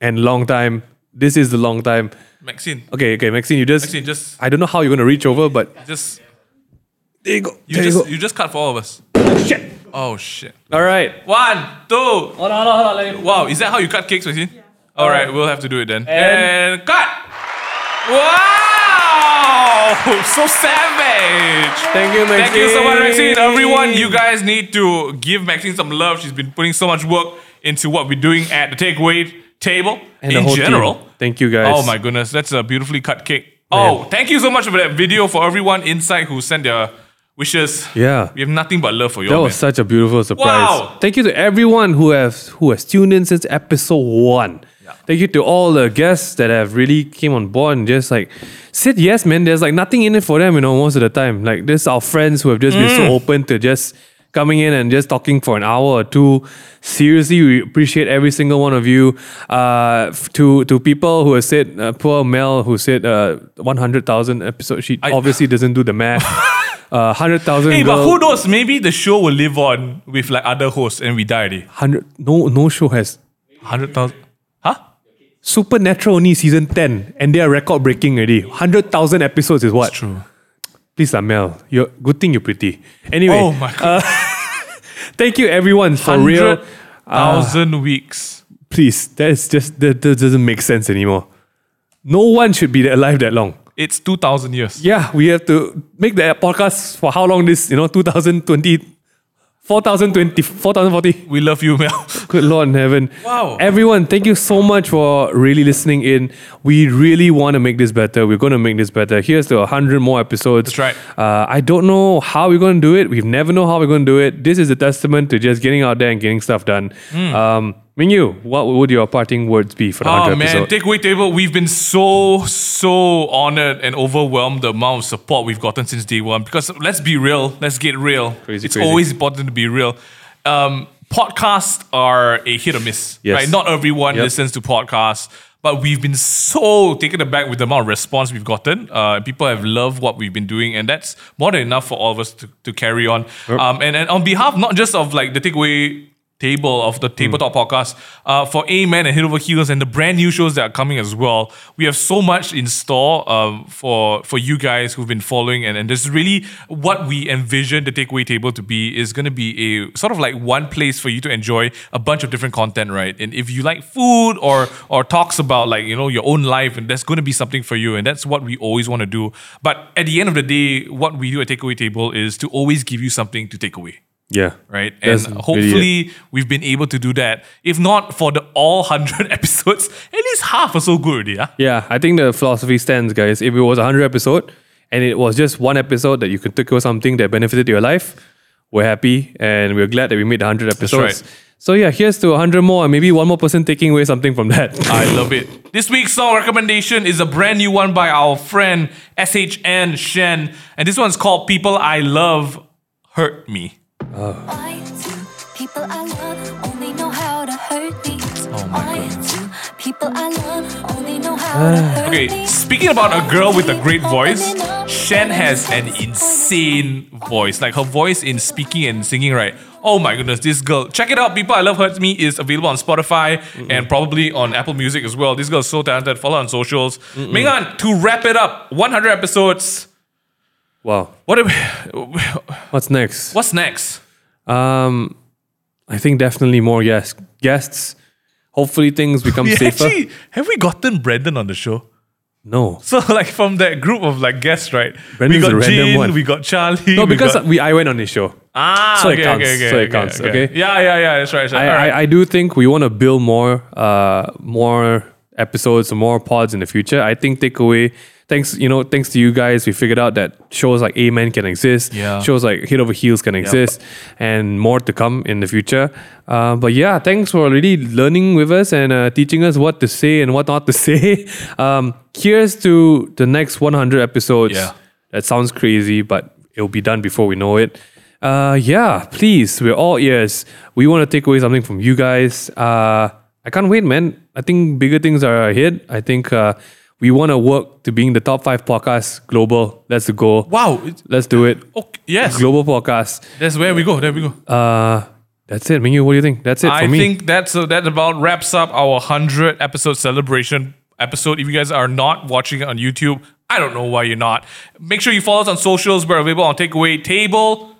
and long time. This is the long time.
Maxine.
Okay, okay, Maxine, you just,
Maxine, just-
I don't know how you're gonna reach over, but
Just
there you go.
you
there you
just
go.
you just cut for all of us. Shit. Oh shit.
All right.
One, two. Hold on, hold on, hold on. Wow, is that how you cut cakes, Maxine? All right, we'll have to do it then. And, cut. Wow. Wow, <laughs> so savage.
Thank you,
Thank you so much,
Maxine.
Maxine. Everyone, you guys need to give Maxine some love. She's been putting so much work into what we're doing at the takeaway table
And
in
the whole team.
general.
Thank you guys.
Oh my goodness, that's a beautifully cut cake.
Man.
Oh, thank you so much for that video for everyone inside who sent their wishes.
Yeah.
We have nothing but love for you.
That
all,
was
man.
such a beautiful surprise.
Wow.
Thank you to everyone who has who has tuned in since episode one. Thank you to all the guests that have really came on board and just like said yes, man. There's like nothing in it for them, you know, most of the time. Like this our friends who have just been so
Mm.
open to just coming in and just talking for an hour or two. Seriously, we appreciate every single one of you. Uh, f- to to people who have said, uh, poor Mel who said uh, 100,000 episodes. She obviously doesn't do the
<laughs>
math. Uh, 100,000
Hey, but
girl-
who knows? Maybe the show will live on with like other hosts and we die already.
hundred no no show has
hundred thousand huh
supernatural only season 10 and they are record breaking already 100000 episodes is what true please lah Mel you're, good thing you're pretty anyway
Oh my
god thank you everyone for real Uh,
100,000 weeks.
please that's just that, that doesn't make sense anymore no one should be alive that long
It's 2,000 years.
yeah we have to make the podcast for how long this you know 2020 4020 4040
we love you
<laughs>
Mel
good lord in heaven
Wow.
everyone thank you so much for really listening in we really want to make this better we're going to make this better here's to 100 more episodes that's right uh, I don't know how we're going to do it we never know how we're going to do it this is a testament to just getting out there and getting stuff done
Mm.
um, Mingyu what would your parting words be for the
Oh
100
man,
episode
takeaway table. We've been so so honored and overwhelmed the amount of support we've gotten since day one. Because let's be real, let's get real. it's
crazy.
always important to be real. Um, podcasts are a hit or miss,
Yes.
right? Not everyone
Yep.
listens to podcasts, but we've been so taken aback with the amount of response we've gotten. Uh, people have loved what we've been doing, and that's more than enough for all of us to, to carry on. Um, and, and on behalf not just of like the takeaway table of the
Hmm.
Tabletop Podcast uh, for Amen and Hit Over Heels and the brand new shows that are coming as well. We have so much in store um, for for you guys who've been following and, and this is really what we envision the takeaway table to be is going to be a sort of like one place for you to enjoy a bunch of different content, right? And if you like food or or talks about like, you know, your own life and there's going to be something for you and that's what we always want to do. But at the end of the day, what we do at Takeaway Table is to always give you something to take away
yeah
right?
That's
and
really
hopefully we've been able to do that. If not for the all hundred <laughs> episodes, at least half are so good already. Yeah?
Yeah, I think the philosophy stands, guys. If it was 100 episode and it was just one episode that you could take away something that benefited your life, we're happy and we're glad that we made the 100 episodes.
right.
So yeah, here's to 100 more and maybe one more person taking away something from that.
<laughs>
<laughs>
I love it. This week's song recommendation is a brand new one by our friend SHN Shen. And this one's called People I Love Hurt Me.
I do. People I love only know how to hurt me.
Oh my
I do. People I love only know how to
<sighs>
hurt me.
okay, speaking about a girl with a great voice, Shen has an insane voice. Like her voice in speaking and singing, right? Oh my goodness, this girl. Check it out, people. I Love Hurts Me is available on Spotify and probably on Apple Music as well. This girl is so talented. Follow her on socials. Mingan, to wrap it up, 100 episodes.
Wow.
What do we- <laughs>
What's next?
What's next?
Um, I think definitely more guests. Guests. Hopefully
<laughs>
things become
we
safer.
actually, have we gotten Brandon on the show? <laughs>
no.
So like from that group of like guests, right?
Brandon's
we
a
got
random
Jin,
one.
we got Charlie.
No,
we
because
got-
we, I went on this show.
ah,
so it
okay,
counts,
Okay, okay,
so it
okay,
counts, okay?
Yeah, yeah, yeah. That's right. That's right.
I,
All right.
I, I do think we want to build more uh more episodes or more pods in the future. I think takeaway thanks you know thanks to you guys we figured out that shows like Amen can exist.
Yeah.
Shows like Hit Over Heels can exist and more to come in the future. Uh, but yeah, thanks for really learning with us and uh, teaching us what to say and what not to <laughs> say. Um, here's to the next 100 episodes.
Yeah.
That sounds crazy, but it'll be done before we know it. Uh, yeah, please, we're all ears. We want to take away something from you guys. Uh, I can't wait, man. I think bigger things are ahead. I think uh, we want to work to being the top five podcast global. Let's go.
Wow.
Let's do it.
Okay, yes.
Global podcast.
That's where we go. There we go.
Uh, that's it, Mingyu. What do you think? That's it
I
for me.
think that's uh, that about wraps up our hundred episode celebration episode. If you guys are not watching it on YouTube, I don't know why you're not. Make sure you follow us on socials. We're available on Takeaway Table.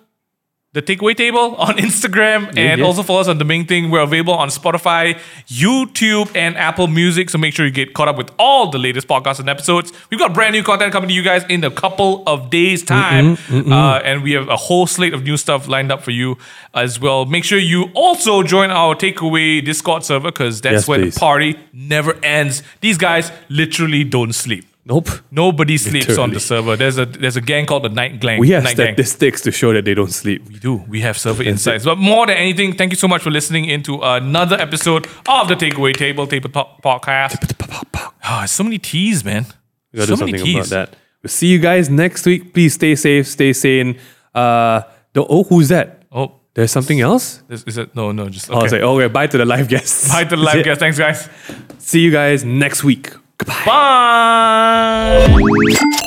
The Takeaway Table <laughs> on Instagram
Yeah,
and
yeah.
also follow us on the main thing. We're available on Spotify, YouTube, and Apple Music. So make sure you get caught up with all the latest podcasts and episodes. We've got brand new content coming to you guys in a couple of days' time.
Mm-mm, mm-mm.
Uh, and we have a whole slate of new stuff lined up for you as well. Make sure you also join our Takeaway Discord server because that's
Yes,
where
please.
the party never ends. These guys literally don't sleep.
Nope.
Nobody sleeps on
Literally.
the server. There's a there's a gang called the Night Gang.
We have
Night Gang.
statistics to show that they don't sleep. We
do. We have server insights. But more than anything, thank you so much for listening into another episode of the Takeaway Table Table Po- Podcast. Ah, so many T's, man.
We gotta
so
do something
many
about
T's.
that. We'll see you guys next week. Please stay safe, stay sane. Uh, the, oh, who's that?
Oh,
there's something else.
Is, is it no, no? Just
Oh, I was
okay.
like, oh, okay, bye to the live guests.
Bye to the
That's
live
<laughs> it.
guest. Thanks, guys.
See you guys next week. Goodbye.
Bye.